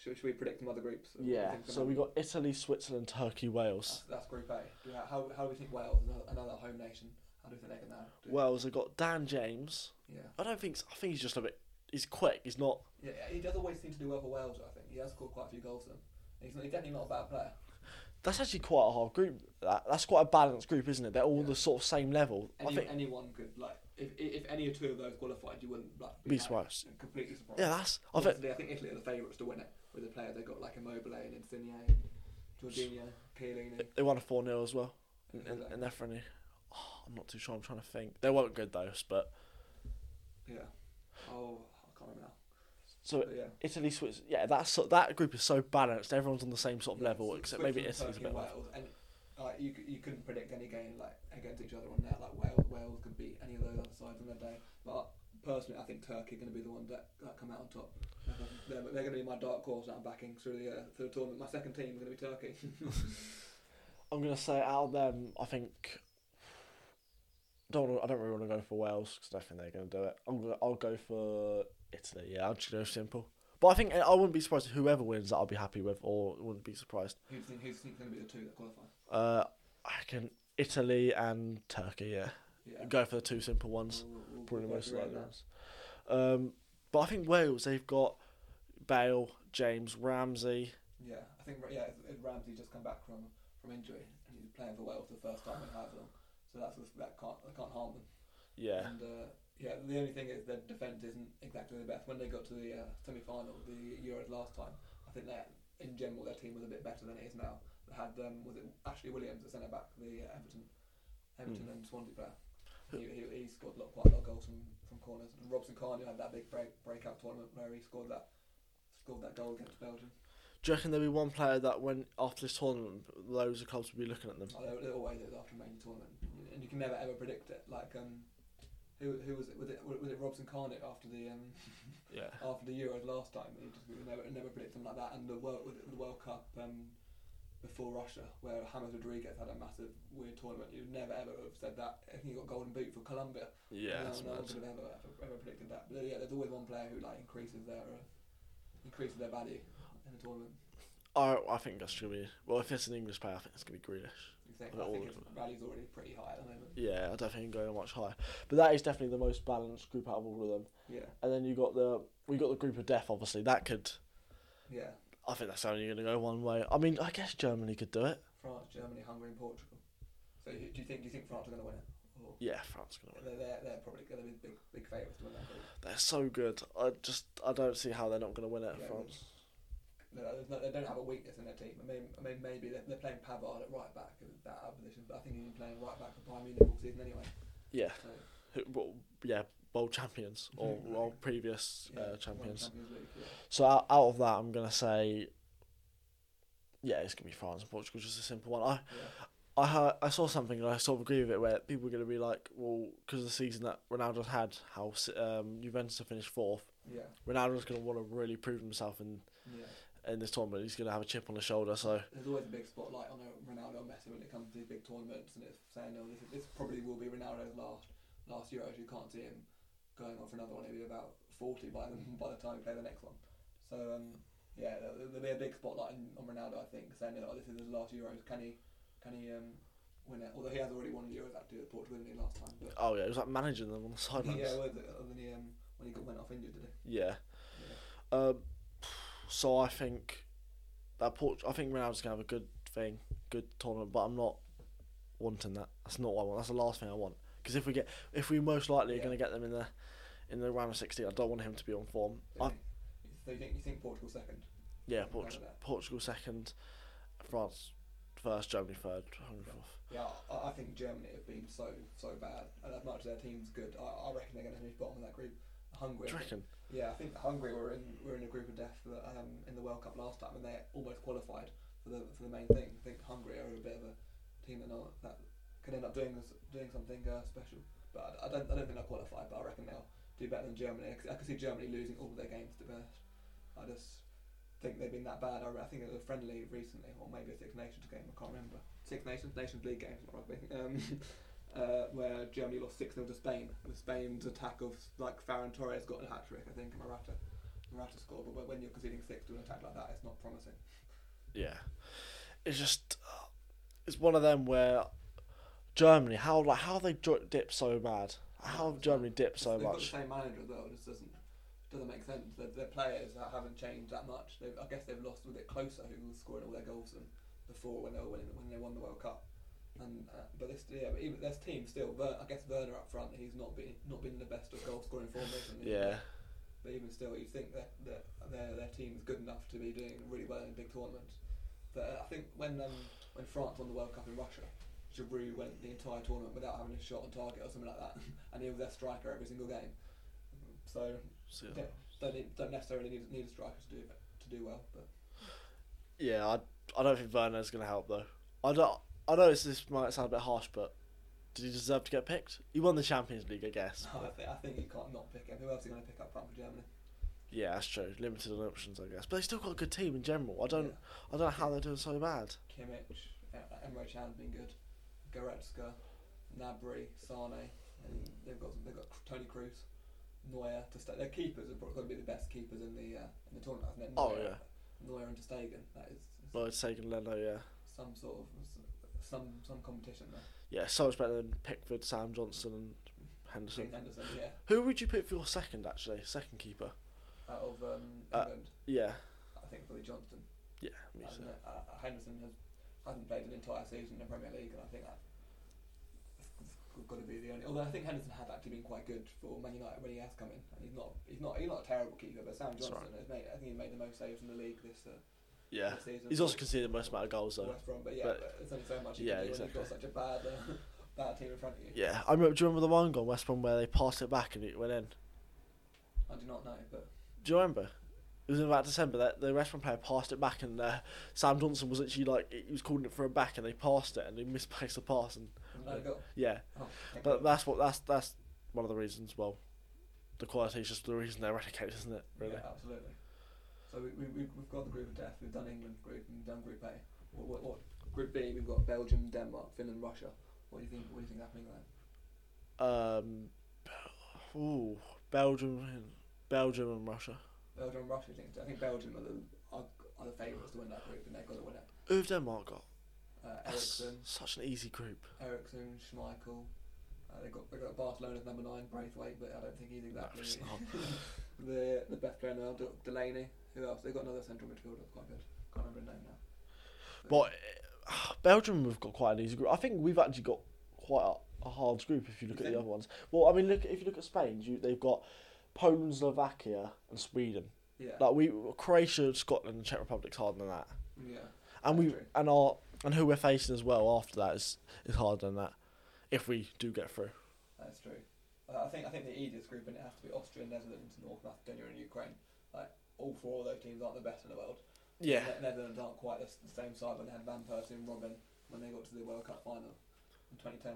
Speaker 2: Should, should we predict some other groups? What do you
Speaker 1: yeah.
Speaker 2: think's
Speaker 1: So
Speaker 2: gonna-
Speaker 1: we got Italy, Switzerland, Turkey, Wales.
Speaker 2: that's, that's Group A. Do you, how how do we think Wales, another, another home nation? How do we think they're going to?
Speaker 1: Wales. I got Dan James.
Speaker 2: yeah.
Speaker 1: I don't think I think he's just a bit. He's quick. He's not.
Speaker 2: yeah, yeah, he does always seem to do well for Wales. I think he has scored quite a few goals for them. He's, not, he's definitely not a bad player.
Speaker 1: That's actually quite a hard group. That, that's quite a balanced group, isn't it? They're all
Speaker 2: Yeah.
Speaker 1: the sort of same level. I
Speaker 2: Any,
Speaker 1: think.
Speaker 2: anyone could like if if if any of two of those qualified, you wouldn't like
Speaker 1: Be
Speaker 2: like,
Speaker 1: surprised.
Speaker 2: Completely surprised.
Speaker 1: Yeah, that's. I think.
Speaker 2: Obviously, I think Italy are the favourites to win it with the players they've got like Immobile and Insigne, Jorginho, Chiellini.
Speaker 1: They won a four 0 as well, and,
Speaker 2: Yeah,
Speaker 1: and,
Speaker 2: exactly.
Speaker 1: and they're friendly. Oh, I'm not too sure. I'm trying to think. They weren't good though, but
Speaker 2: Yeah. Oh, I can't remember now.
Speaker 1: so
Speaker 2: But yeah.
Speaker 1: Italy, Swiss. Yeah, that's so, that group is so balanced. Everyone's on the same sort of
Speaker 2: Yeah,
Speaker 1: level,
Speaker 2: Swi-
Speaker 1: except maybe
Speaker 2: Switzerland,
Speaker 1: Italy's a
Speaker 2: Turkey,
Speaker 1: bit. off.
Speaker 2: Wales, and like you, c- you couldn't predict any game like against each other on that. Like Wales, Wales could beat any of those other sides on their day. But personally, I think Turkey are going to be the ones that, that come out on top. They're, they're going to be my dark horse that I'm backing through the uh, through the tournament. My second team is going to be Turkey.
Speaker 1: I'm gonna say out of them, I think. Don't wanna, I don't really want to go for Wales because I don't think they're gonna do it. I'm gonna I'll go for Italy. Yeah, I'll just go simple. But I think I wouldn't be surprised if whoever wins that I'll be happy with, or wouldn't be surprised.
Speaker 2: who do you think who's going to be the two that qualify?
Speaker 1: Uh, I can Italy and Turkey. Yeah,
Speaker 2: Yeah.
Speaker 1: go for the two simple ones.
Speaker 2: We'll- we'll-
Speaker 1: Probably
Speaker 2: we'll
Speaker 1: most
Speaker 2: agree on
Speaker 1: likely
Speaker 2: that.
Speaker 1: ones. Um, but I think Wales. They've got Bale, James, Ramsey.
Speaker 2: Yeah, I think yeah, it's- it's Ramsey just come back from, from injury and he's playing for Wales for the first time in however long, so that's that can't that can't harm them.
Speaker 1: Yeah,
Speaker 2: And uh, yeah, the only thing is their defence isn't exactly the best. When they got to the uh, semi final, of the Euros last time, I think that in general their team was a bit better than it is now. They had um, was it Ashley Williams at centre back, the uh, Everton, Everton and Swansea player. He, he, he scored a lot, quite a lot of goals from, from corners. And Robson Carney had that big break, breakout tournament where he scored that scored that goal against Belgium.
Speaker 1: Do you reckon there'll be one player that when after this tournament, loads of clubs will be looking at them?
Speaker 2: Oh, there, there always is after a main tournament, and you can never ever predict it. Like um, who who was it? Was it was it Robson Carnett after the um
Speaker 1: Yeah.
Speaker 2: after the Euros last time? You just you never never predict something like that. And the World was it the World Cup um before Russia, where James Rodriguez had a massive weird tournament. You'd never ever have said that. I think he got golden boot for Colombia.
Speaker 1: Yeah.
Speaker 2: no,
Speaker 1: that's
Speaker 2: no one
Speaker 1: mad.
Speaker 2: could have ever, ever ever predicted that. But yeah, there's always one player who like increases their uh, increases their value in the tournament.
Speaker 1: I I think that's gonna be well. If it's an English player, I think it's gonna be Grealish.
Speaker 2: Exactly. I
Speaker 1: All
Speaker 2: think
Speaker 1: of
Speaker 2: his
Speaker 1: them.
Speaker 2: value's already pretty high at the moment.
Speaker 1: Yeah, I don't think it can go much higher. But that is definitely the most balanced group out of all of them.
Speaker 2: Yeah.
Speaker 1: And then you got the we got the group of death. Obviously, that could.
Speaker 2: Yeah.
Speaker 1: I think that's only gonna go one way. I mean, I guess Germany could do it.
Speaker 2: France, Germany, Hungary, and Portugal. So who- do you think do you think France are going to win it? Or
Speaker 1: Yeah, France gonna win.
Speaker 2: they're, they're, they're probably going to be big big favourites to win that. group.
Speaker 1: They're so good. I just I don't see how they're not gonna win it.
Speaker 2: Yeah.
Speaker 1: France.
Speaker 2: They don't- they don't have a weakness in their team. I mean, I mean maybe they're, they're playing Pavard at right back in that out position, but I think he's been playing right back for Bayern Munich all season anyway.
Speaker 1: Yeah. Uh,
Speaker 2: So
Speaker 1: Who- Well, yeah. World champions or world previous
Speaker 2: yeah,
Speaker 1: uh,
Speaker 2: won
Speaker 1: champions.
Speaker 2: the Champions League, yeah.
Speaker 1: So out, out of that, I'm gonna say, yeah, it's gonna be France and Portugal. Just a simple one. I
Speaker 2: Yeah.
Speaker 1: I heard, I saw something and I sort of agree with it where people are gonna be like, well, because the season that Ronaldo's had, how s- um, Juventus have finished fourth.
Speaker 2: Yeah.
Speaker 1: Ronaldo's gonna want to really prove himself in
Speaker 2: Yeah.
Speaker 1: in this tournament. He's gonna have a chip on his shoulder. So
Speaker 2: There's always a big spotlight on Ronaldo and Messi when it comes to these big tournaments, and it's saying, "Oh, this, this probably will be Ronaldo's last last Euros." You can't see him going on for another one. He'll be about forty by the by the time he play the next one. So um, yeah, there'll, there'll be a big spotlight on, on Ronaldo, I think, saying, "Oh, this is his last Euros. Can he can he um, win it?" Although he has already won the Euros actually with Portugal didn't he, last time. But
Speaker 1: oh yeah, it was like managing them on the sidelines.
Speaker 2: yeah, was it? Other than he um, when he got went off injured, did he?
Speaker 1: Yeah. Um, so I think that Port- I think Ronaldo's gonna have a good thing, good tournament, but I'm not wanting that. That's not what I want. That's the last thing I want. Because if we get, if we most likely are
Speaker 2: Yeah.
Speaker 1: gonna get them in the in the round of 16, I don't want him to be on form.
Speaker 2: So
Speaker 1: I,
Speaker 2: you- so you think you think Portugal second?
Speaker 1: yeah,
Speaker 2: I'm
Speaker 1: Port-
Speaker 2: fine with that.
Speaker 1: Portugal second, France first, Germany third, Hungary fourth.
Speaker 2: Yeah, I, I think Germany have been so so bad, and as much as their team's good, I, I reckon they're going to finish bottom of that group. Hungary,
Speaker 1: Do you reckon?
Speaker 2: yeah, I think Hungary were in were in a group of death for the, um, in the World Cup last time, and they almost qualified for the for the main thing. I think Hungary are a bit of a team that, not, that can end up doing this, doing something uh, special, but I, I don't I don't think they'll qualify, but I reckon they'll do better than Germany. I could, I could see Germany losing all of their games to best. I just think they've been that bad. I, re- I think it was a friendly recently, or maybe a Six Nations game. I can't remember. Six Nations, Nations League games, not rugby. Um, uh, where Germany lost 6 0 to Spain. With Spain's attack of, like, Ferran Torres got a hat trick, I think, and Morata. Morata scored, but when- when you're conceding 6 to an attack like that, it's not promising.
Speaker 1: Yeah, it's just uh, it's one of them where Germany how like how they dro- dip so bad. How have Germany dipped so
Speaker 2: They've got the
Speaker 1: much?
Speaker 2: same manager as well, it just doesn't. Doesn't make sense. Their, their players that haven't changed that much. They've, I guess they've lost a bit closer who was scoring all their goals than before when they were winning, when they won the World Cup. And uh, but this yeah, but even this team still. Ver, I guess Werner up front, he's not been not been in the best of goal scoring form recently.
Speaker 1: Yeah,
Speaker 2: But even still, you think that, that their their team is good enough to be doing really well in a big tournament. But uh, I think when um, when France won the World Cup in Russia, Giroud went the entire tournament without having a shot on target or something like that, and he was their striker every single game. So
Speaker 1: So,
Speaker 2: don't, don't, need- don't necessarily need, need a striker to do to do well. But
Speaker 1: yeah. I I don't think Werner's gonna help though. I don't. I know it's, this might sound a bit harsh, but did he deserve to get picked? He won the Champions League, I guess.
Speaker 2: I, think, I think you can't not pick him. Who else are you going to pick up front for Germany?
Speaker 1: Yeah, that's true. Limited on options, I guess. But they still got a good team in general. I don't.
Speaker 2: Yeah.
Speaker 1: I don't know how they're doing so bad.
Speaker 2: Kimmich, E- Emre Chan's been good, Goretzka, Nabry, Sane, and they've got they've got Tony Cruz, Neuer. To sta their keepers are probably going to be the best keepers in the uh, in the tournament. Isn't it?
Speaker 1: Oh,
Speaker 2: Neuer,
Speaker 1: yeah.
Speaker 2: Neuer and Ter Stegen. That is
Speaker 1: Lloyd taking Leno, yeah,
Speaker 2: some sort of some some competition there.
Speaker 1: yeah. So much better than Pickford, Sam Johnson, and Henderson.
Speaker 2: James Anderson, yeah,
Speaker 1: Who would you pick for your second, actually? Second keeper?
Speaker 2: out of um,
Speaker 1: Uh,
Speaker 2: England,
Speaker 1: Yeah.
Speaker 2: I think Billy Johnston.
Speaker 1: Yeah, me
Speaker 2: And,
Speaker 1: too.
Speaker 2: uh, uh, Henderson has hasn't played an entire season in the Premier League, and I think that got to be the only. Although I think Henderson has actually been quite good for Man United when he has come in, and he's not he's not he's not a terrible keeper. But Sam
Speaker 1: That's
Speaker 2: Johnson
Speaker 1: right.
Speaker 2: has made I think he made the most saves in the league this, uh,
Speaker 1: Yeah.
Speaker 2: this season.
Speaker 1: He's also conceded the most amount of goals, though.
Speaker 2: West Brom, but yeah,
Speaker 1: but-
Speaker 2: but, it's only so much you
Speaker 1: Yeah,
Speaker 2: can do when you've got
Speaker 1: exactly.
Speaker 2: such a bad uh, bad team in front of you.
Speaker 1: Yeah. I remember, do you remember the one goal, West Brom, where they passed it back and it went in?
Speaker 2: I do not know, but
Speaker 1: Do you remember? It was in about December that the restaurant player passed it back, and uh, Sam Johnson was actually like he was calling it for a back, and they passed it, and they misplaced the pass, and
Speaker 2: Let it go.
Speaker 1: yeah,
Speaker 2: Oh, thank
Speaker 1: but
Speaker 2: God.
Speaker 1: that's what that's that's one of the reasons. Well, the quality is just the reason they're relegated, isn't it? Really.
Speaker 2: Yeah, absolutely. So we, we, we've we've got the group of death. We've done England group and done Group A. What, what, what Group B? We've got Belgium, Denmark, Finland, Russia. What do you think? What do you think happening there?
Speaker 1: Um, ooh, Belgium, and- Belgium and Russia.
Speaker 2: Belgium and Russia. I think, I think Belgium are the are, are the favourites to win that group, and they've got to win it.
Speaker 1: Who have Denmark got?
Speaker 2: Uh,
Speaker 1: That's
Speaker 2: Ericsson,
Speaker 1: such an easy group.
Speaker 2: Ericsson, Schmeichel. Uh, they got they got Barcelona's number nine, Braithwaite, but I don't think he's exactly
Speaker 1: it's not.
Speaker 2: the the best player now. De- Delaney. Who else? They've got another central midfielder, that's quite good. Can't remember his name now.
Speaker 1: But uh, Belgium have got quite an easy group. I think we've actually got quite a, a hard group if you look
Speaker 2: You
Speaker 1: at the
Speaker 2: think?
Speaker 1: other ones. Well, I mean, look if you look at Spain, you, they've got Poland, Slovakia, and Sweden.
Speaker 2: Yeah.
Speaker 1: Like we, Croatia, Scotland, and Czech Republic's harder than that.
Speaker 2: yeah.
Speaker 1: And we
Speaker 2: That's true.
Speaker 1: and our and who we're facing as well after that is is harder than that. If we do get through,
Speaker 2: That's true. Uh, I think I think the easiest group, and it has to be Austria, Netherlands, North Macedonia, and Ukraine. Like all four of those teams aren't the best in the world.
Speaker 1: yeah,
Speaker 2: Ne- Netherlands aren't quite the, s- the same side when they had Van Persie and Robin when they got to the World Cup final in 2010.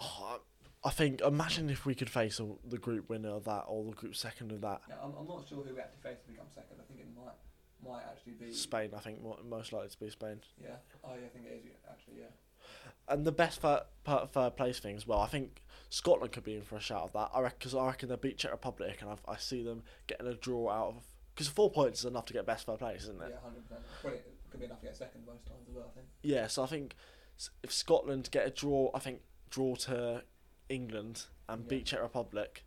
Speaker 1: Oh, I I think imagine if we could face a, the group winner of that or the group second of that.
Speaker 2: Now, I'm, I'm not sure who we actually face to become second. I think it might might actually be
Speaker 1: Spain, I think mo- most likely to be Spain.
Speaker 2: Yeah. Oh, yeah, I think it is yeah, actually. Yeah.
Speaker 1: And the best third, per, third place thing as well. I think Scotland could be in for a shout of that. I reckon because I reckon they beat Czech Republic, and I've, I see them getting a draw out of because four points is enough to get best third place, isn't it?
Speaker 2: Yeah, hundred percent. Well, it could be enough to get second most times as well. I think.
Speaker 1: Yeah. so I think s- if Scotland get a draw, I think draw to England and
Speaker 2: Yeah.
Speaker 1: beat Czech Republic,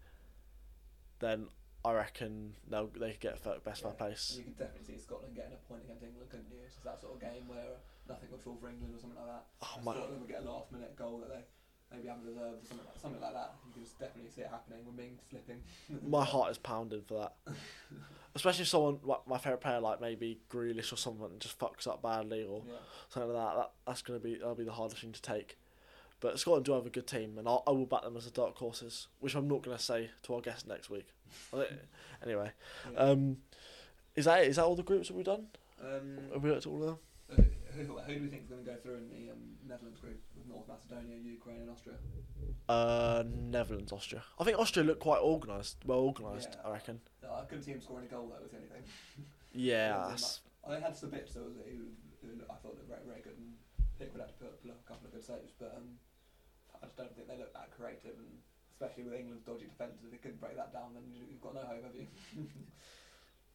Speaker 1: then I reckon they'll they could get third, best
Speaker 2: Yeah.
Speaker 1: third place.
Speaker 2: You could definitely see Scotland getting a point against England, couldn't you? It's just that sort of game where nothing would fall for England or something like that.
Speaker 1: Oh
Speaker 2: And
Speaker 1: my.
Speaker 2: Scotland would get a last minute goal that they maybe haven't deserved or something like, something like that. You could just definitely see it happening with Ming slipping.
Speaker 1: My heart is pounded for that. Especially if someone, like my favourite player, like maybe Grealish or someone, just fucks up badly or
Speaker 2: Yeah.
Speaker 1: something like that. that that's going to be that'll be the hardest thing to take. But Scotland do have a good team, and I'll, I will back them as the dark horses, which I'm not going to say to our guest next week. I think- anyway,
Speaker 2: yeah.
Speaker 1: um, is that it? Is that all the groups that we've done?
Speaker 2: Um,
Speaker 1: Have we looked at all of them?
Speaker 2: so who, who do we think is going to go through in the um, Netherlands group with North Macedonia, Ukraine, and Austria?
Speaker 1: Uh, Netherlands, Austria. I think Austria looked quite organised, well organised.
Speaker 2: Yeah.
Speaker 1: I reckon.
Speaker 2: No, Uh, I couldn't see him scoring a goal though, was anything.
Speaker 1: Yeah,
Speaker 2: Yeah,
Speaker 1: that's-
Speaker 2: I had Sabitz, who, who, who I thought looked very, very good, and Pickford had to put up a couple of good saves, but um, I just don't think they looked that creative, and especially with England's dodgy defence, if they couldn't break that down, then you- you've got no hope, have you?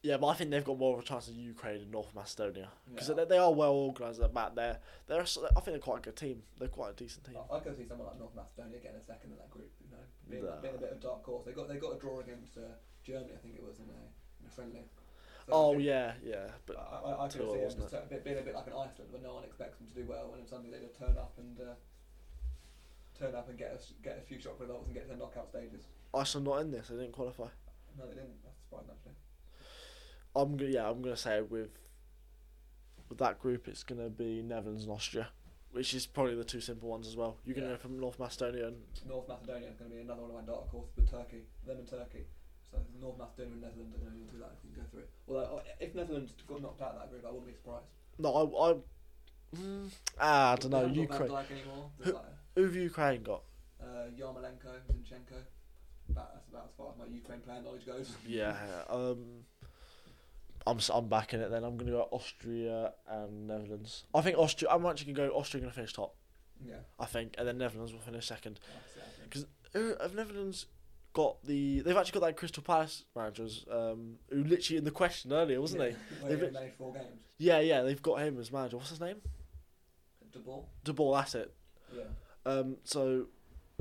Speaker 1: yeah, but I think they've got more of a chance in Ukraine and North Macedonia. because
Speaker 2: Yeah.
Speaker 1: they, they are well organised at the back. They're they're s- I think they're quite a good team. They're quite a decent team.
Speaker 2: I, I could see someone like North Macedonia getting a second in that group, you know, being,
Speaker 1: Nah.
Speaker 2: being a bit of dark horse. They got they got a draw against uh, Germany, I think it was in a, in a friendly. So I
Speaker 1: oh
Speaker 2: think-
Speaker 1: yeah, yeah. But
Speaker 2: I, I, I could
Speaker 1: Tua,
Speaker 2: see them
Speaker 1: wasn't
Speaker 2: just a bit, being a bit like an Iceland, where no one expects them to do well, and then suddenly they just turn up and uh, turn up and get a, s- get a few shock results and get to the knockout stages.
Speaker 1: Iceland not in this. They didn't qualify.
Speaker 2: No, they didn't. That's surprising actually.
Speaker 1: I'm go- yeah. I'm gonna say with with that group, it's gonna be Netherlands and Austria, which is probably the two simple ones as well. You're gonna
Speaker 2: Yeah.
Speaker 1: go from North Macedonia and
Speaker 2: North Macedonia is going to be another one of my dark horses with Turkey. Them and Turkey. So North Macedonia and Netherlands are going to do that and go through it. Although I- if Netherlands got knocked out of that group, I wouldn't be surprised.
Speaker 1: no, I I, mm, ah, I don't know.
Speaker 2: They haven't got Van
Speaker 1: Ukraine.
Speaker 2: Dijk anymore. There's
Speaker 1: Who-
Speaker 2: like,
Speaker 1: Who have Ukraine got?
Speaker 2: uh, Yarmolenko, Zinchenko. About, that's about as far as my Ukraine player knowledge goes.
Speaker 1: Yeah. Um. I'm, s- I'm backing it then. I'm going to go Austria and Netherlands. I think Austria, I'm actually going to go Austria going to finish top.
Speaker 2: yeah.
Speaker 1: I think, and then Netherlands will finish second.
Speaker 2: That's it, I think.
Speaker 1: Who- Have Netherlands got the? They've actually got that Crystal Palace managers, um, who literally in the question earlier, wasn't
Speaker 2: yeah.
Speaker 1: he?
Speaker 2: Well,
Speaker 1: They've
Speaker 2: he
Speaker 1: lit-
Speaker 2: managed four games.
Speaker 1: Yeah, yeah, they've got him as manager. What's his name?
Speaker 2: De Boer.
Speaker 1: De Boer. That's it.
Speaker 2: Yeah.
Speaker 1: Um, so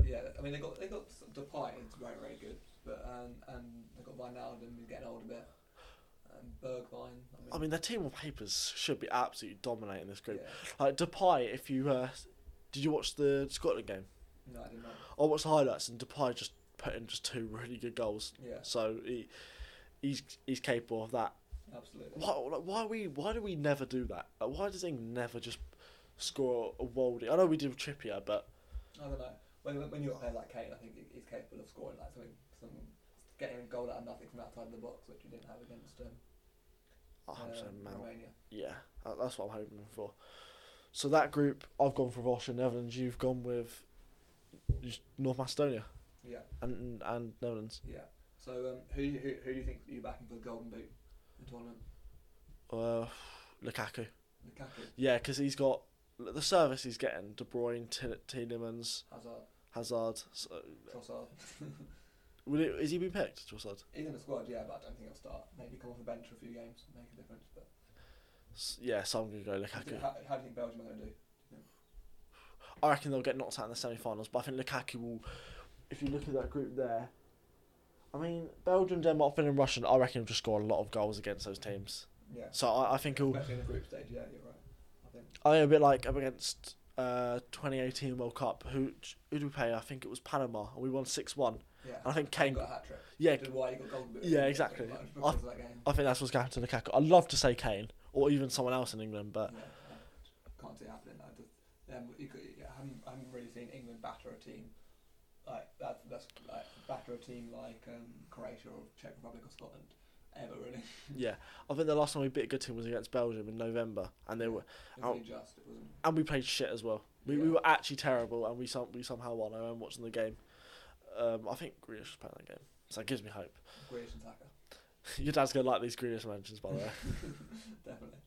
Speaker 2: Yeah, I mean they got they got s- Depay is very very good, but um, and they got Wijnaldum who's getting old a bit, and Bergwijn.
Speaker 1: I mean, their team on papers should be absolutely dominating this group.
Speaker 2: yeah.
Speaker 1: Like Depay, if you uh, did you watch the Scotland game?
Speaker 2: no, I didn't know.
Speaker 1: I watched the highlights, and Depay just put in just two really good goals.
Speaker 2: Yeah,
Speaker 1: So he, he's he's capable of that.
Speaker 2: absolutely.
Speaker 1: Why, like, why we? Why do we never do that? Like, why does England never just score a worldie? I know we did with Trippier, but
Speaker 2: I don't know. When when- when you're a player like Kane, I think he- he's capable of scoring like something, some getting a goal out of nothing from outside the box, which he didn't have against um,
Speaker 1: I hope oh, so,
Speaker 2: um,
Speaker 1: Mount.
Speaker 2: Romania.
Speaker 1: Yeah, that- that's what I'm hoping for. So that group, I've gone for Russia and Netherlands. You've gone with just North Macedonia
Speaker 2: Yeah,
Speaker 1: and and Netherlands.
Speaker 2: yeah. So um, who, do you- who who do you think you backing for the golden boot in the tournament?
Speaker 1: Uh, Lukaku.
Speaker 2: Lukaku,
Speaker 1: Yeah, because he's got the service he's getting. De Bruyne, T- Tielemans,
Speaker 2: Hazard,
Speaker 1: Hazard. So,
Speaker 2: Trossard.
Speaker 1: will it, is he been picked? Trossard.
Speaker 2: He's in the squad, yeah, but I don't think he'll start. Maybe come off the bench for a few games and make a difference. But
Speaker 1: S- Yeah, so I'm gonna go Lukaku.
Speaker 2: how, how do you think Belgium are going to do?
Speaker 1: I reckon they'll get knocked out in the semi-finals, but I think Lukaku will. If you look at that group there, I mean Belgium, Denmark, Finland, Russia. I reckon will just score a lot of goals against those teams.
Speaker 2: Yeah,
Speaker 1: So I, I think he'll.
Speaker 2: especially in the group stage. Yeah, you're right. I think
Speaker 1: I think a bit like up against uh 2018 World Cup. Who who did we play? I think it was Panama, and we won six one.
Speaker 2: yeah.
Speaker 1: I think Kane.
Speaker 2: got a hat trick.
Speaker 1: Yeah,
Speaker 2: Which is why you got golden boot.
Speaker 1: Yeah, exactly.
Speaker 2: Pretty much,
Speaker 1: I-
Speaker 2: Because of that game.
Speaker 1: I think that's what's going to happen to Lukaku. I'd love to say Kane or even someone else in England, but
Speaker 2: yeah, I can't see it happening. I just, um, you could, yeah, I haven't, I haven't really seen England batter a team like that. That's like batter a team like um, Croatia or Czech Republic or Scotland ever really.
Speaker 1: yeah, I think the last time we beat a good team was against Belgium in November, and they were
Speaker 2: It
Speaker 1: Oh.
Speaker 2: was really just. It wasn't.
Speaker 1: and we played shit as well. We, we
Speaker 2: Yeah.
Speaker 1: were actually terrible, and we some, we somehow won. I remember watching the game. Um, I think Grealish was playing that game, so it gives me hope.
Speaker 2: Grealish and Saka,
Speaker 1: Your dad's gonna like these Grealish mentions, by the way.
Speaker 2: definitely.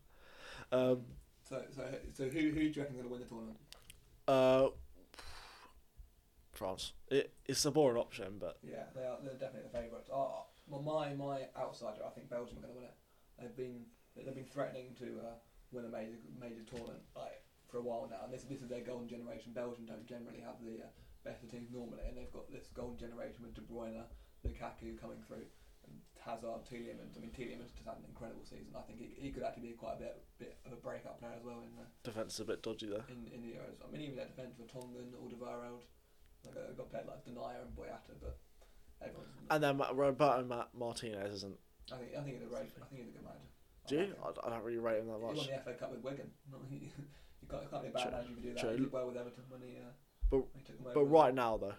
Speaker 1: Um,
Speaker 2: So, so, so who, who do you reckon's going to win the tournament?
Speaker 1: uh, France. It, it's a boring option, but
Speaker 2: Yeah, they are. They're definitely the favourites. Oh, well, my my outsider, I think Belgium are going to win it. They've been they've been threatening to uh, win a major major tournament like for a while now, and this this is their golden generation. Belgium don't generally have the uh, better teams normally, and they've got this golden generation with De Bruyne, Lukaku coming through, and Hazard, Tielemans. I mean, Tielemans just had an incredible season. I think he, he could actually be quite a bit bit of a breakout player as well in the
Speaker 1: defense is a bit dodgy there.
Speaker 2: in, in the Euros. I mean, even their defence with Tongan, Alderweireld, like uh, got played like Denier and Boyata, but everyone's.
Speaker 1: And then Ma- Roberto Ma- Martinez isn't.
Speaker 2: I think I think he's a great, I think he's a good manager. I
Speaker 1: Do
Speaker 2: like
Speaker 1: you?
Speaker 2: him.
Speaker 1: I, I don't really rate him that
Speaker 2: He won
Speaker 1: much.
Speaker 2: the FA Cup with Wigan. Not- you can't, can't be a bad
Speaker 1: True,
Speaker 2: manager if you do that.
Speaker 1: true.
Speaker 2: He did well with Everton when he, uh,
Speaker 1: But-
Speaker 2: when he took them over.
Speaker 1: But right now, though,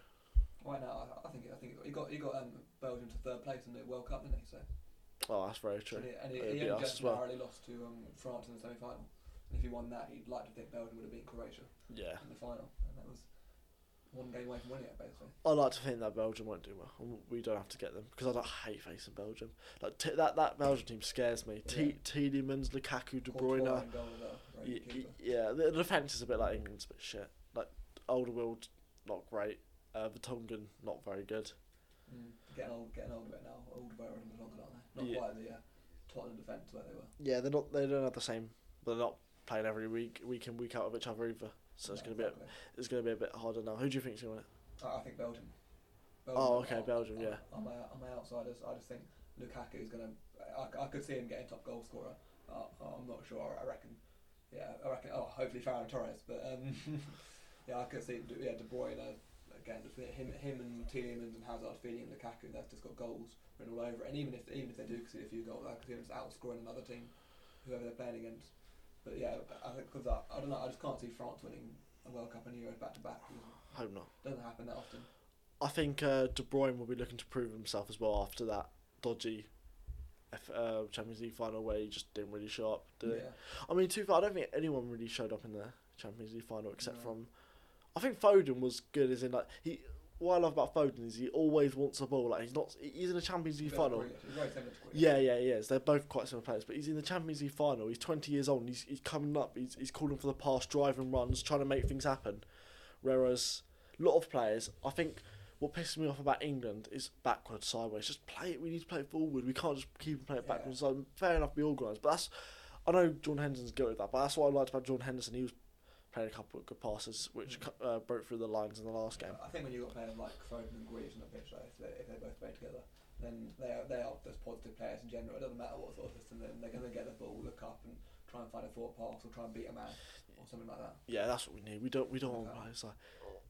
Speaker 2: right now, I, I think I think he got he got um, Belgium to third place in the World Cup, didn't he? So
Speaker 1: oh, that's very true.
Speaker 2: and he, and he,
Speaker 1: They beat
Speaker 2: he only
Speaker 1: us
Speaker 2: just
Speaker 1: as well.
Speaker 2: narrowly lost to um, France in the semi final. And if he won that, he'd like to think Belgium would have beaten Croatia
Speaker 1: Yeah,
Speaker 2: in the final, and that was one game away from winning it basically.
Speaker 1: I like to think that Belgium won't do well. and We don't have to get them because I don't hate facing Belgium. Like t- that, that Belgium team scares me. T- Tielemans, Lukaku, De Bruyne.
Speaker 2: Courtois in goal as well, great
Speaker 1: Y- y-
Speaker 2: keeper.
Speaker 1: yeah, the the defense is a bit like England's, but shit. Like Alderweireld, not great. Uh, Vertonghen, not very good.
Speaker 2: Mm, getting old, getting old a bit now. Old Vera and Longer, aren't they? Not
Speaker 1: Yeah.
Speaker 2: quite the uh, Tottenham defence where they were.
Speaker 1: Yeah, they're not. They don't have the same. They're not playing every week, week in, week out of each other either. So it's
Speaker 2: No,
Speaker 1: gonna be a,
Speaker 2: exactly.
Speaker 1: it's gonna be a bit harder now. Who do you think's gonna win it?
Speaker 2: I, I think Belgium.
Speaker 1: Oh, okay,
Speaker 2: are-
Speaker 1: Belgium,
Speaker 2: are-
Speaker 1: yeah.
Speaker 2: Are my, are my outsiders. I just think Lukaku is going to. I, I could see him getting top goal scorer. Uh, I'm not sure. I reckon. Yeah, I reckon. Oh, hopefully Ferran Torres. But um, yeah, I could see. De- Yeah, De Bruyne again. just Him, him and Tielemans and Hazard feeding Lukaku. They've just got goals written all over. it. And even if even if they do concede a few goals, I could see them just outscoring another team, whoever they're playing against. But yeah, I think because I, I don't know. I just can't see France winning a World Cup and Euros back to back.
Speaker 1: Hope not.
Speaker 2: Doesn't happen that often.
Speaker 1: I think uh, De Bruyne will be looking to prove himself as well after that dodgy F- uh, Champions League final where he just didn't really show up. Did he?
Speaker 2: Yeah.
Speaker 1: I mean, too far. I don't think anyone really showed up in the Champions League final except
Speaker 2: No.
Speaker 1: from. I think Foden was good as in like he. What I love about Foden is he always wants the ball. Like he's not. He's in the Champions League
Speaker 2: Yeah,
Speaker 1: final.
Speaker 2: Grealish. He's very similar to Grealish.
Speaker 1: Yeah, yeah, he is. They're both quite similar players, but he's in the Champions League final. He's 20 years old. And he's he's coming up. He's he's calling for the pass, driving runs, trying to make things happen. Whereas a lot of players, I think, what pisses me off about England is backwards, sideways. Just play it. We need to play it forward. We can't just keep playing it
Speaker 2: Yeah.
Speaker 1: backwards. So fair enough, be organised. But that's I know John Henderson's guilty of that, but that's what I liked about John Henderson. He was playing a couple of good passes, which cu- uh, broke through the lines in the last game.
Speaker 2: I think when you've got players like Foden and Grealish on the pitch, like, if, they, if they both play together, then they are, they are just positive players in general. It doesn't matter what sort of system they're in. They're going to get the ball, look up, and try and find a forward pass or try and beat a man or something like that.
Speaker 1: Yeah, that's what we need. We don't we don't want
Speaker 2: Okay.
Speaker 1: players like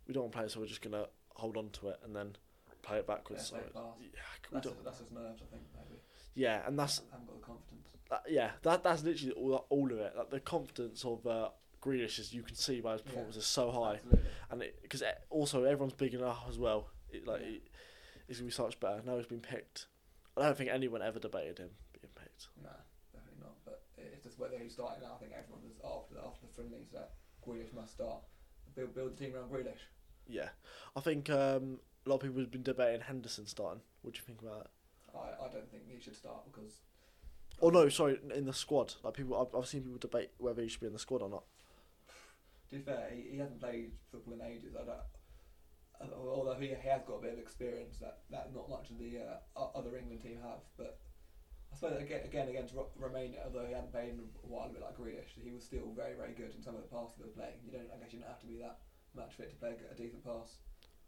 Speaker 1: we don't want players who are just gonna hold on to it and then play it backwards.
Speaker 2: Yeah, play
Speaker 1: So-
Speaker 2: it fast.
Speaker 1: yeah, we
Speaker 2: That's,
Speaker 1: don't,
Speaker 2: just, that's just nerves, I think, maybe.
Speaker 1: yeah, and that's
Speaker 2: I haven't got the confidence.
Speaker 1: that, yeah that that's literally all all of it. Like the confidence of uh, Grealish is you can see by his
Speaker 2: Yeah.
Speaker 1: performance is so high,
Speaker 2: Absolutely.
Speaker 1: and because also everyone's bigging it up as well. It, like
Speaker 2: Yeah.
Speaker 1: it, it's gonna be so much better now. He's been picked. I don't think anyone ever debated him being picked.
Speaker 2: Nah, definitely not. But whether he started. now, I think everyone was after after the friendlies that Grealish must start. Build build the team around Grealish.
Speaker 1: Yeah, I think um, a lot of people have been debating Henderson starting. What do you think about that?
Speaker 2: I, I don't think he should start because
Speaker 1: Oh no, sorry, in the squad. Like people, I've, I've seen people debate whether he should be in the squad or not.
Speaker 2: to be fair, he, he hasn't played football in ages. I don't. Although he has got a bit of experience that, that not much of the uh, o- other England team have, but I suppose again, again against Ro- Romania, although he hadn't played in a while, a bit like Grealish, he was still very very good in some of the passes they were playing. You don't, I guess, you don't have to be that match fit to play a g- a decent pass.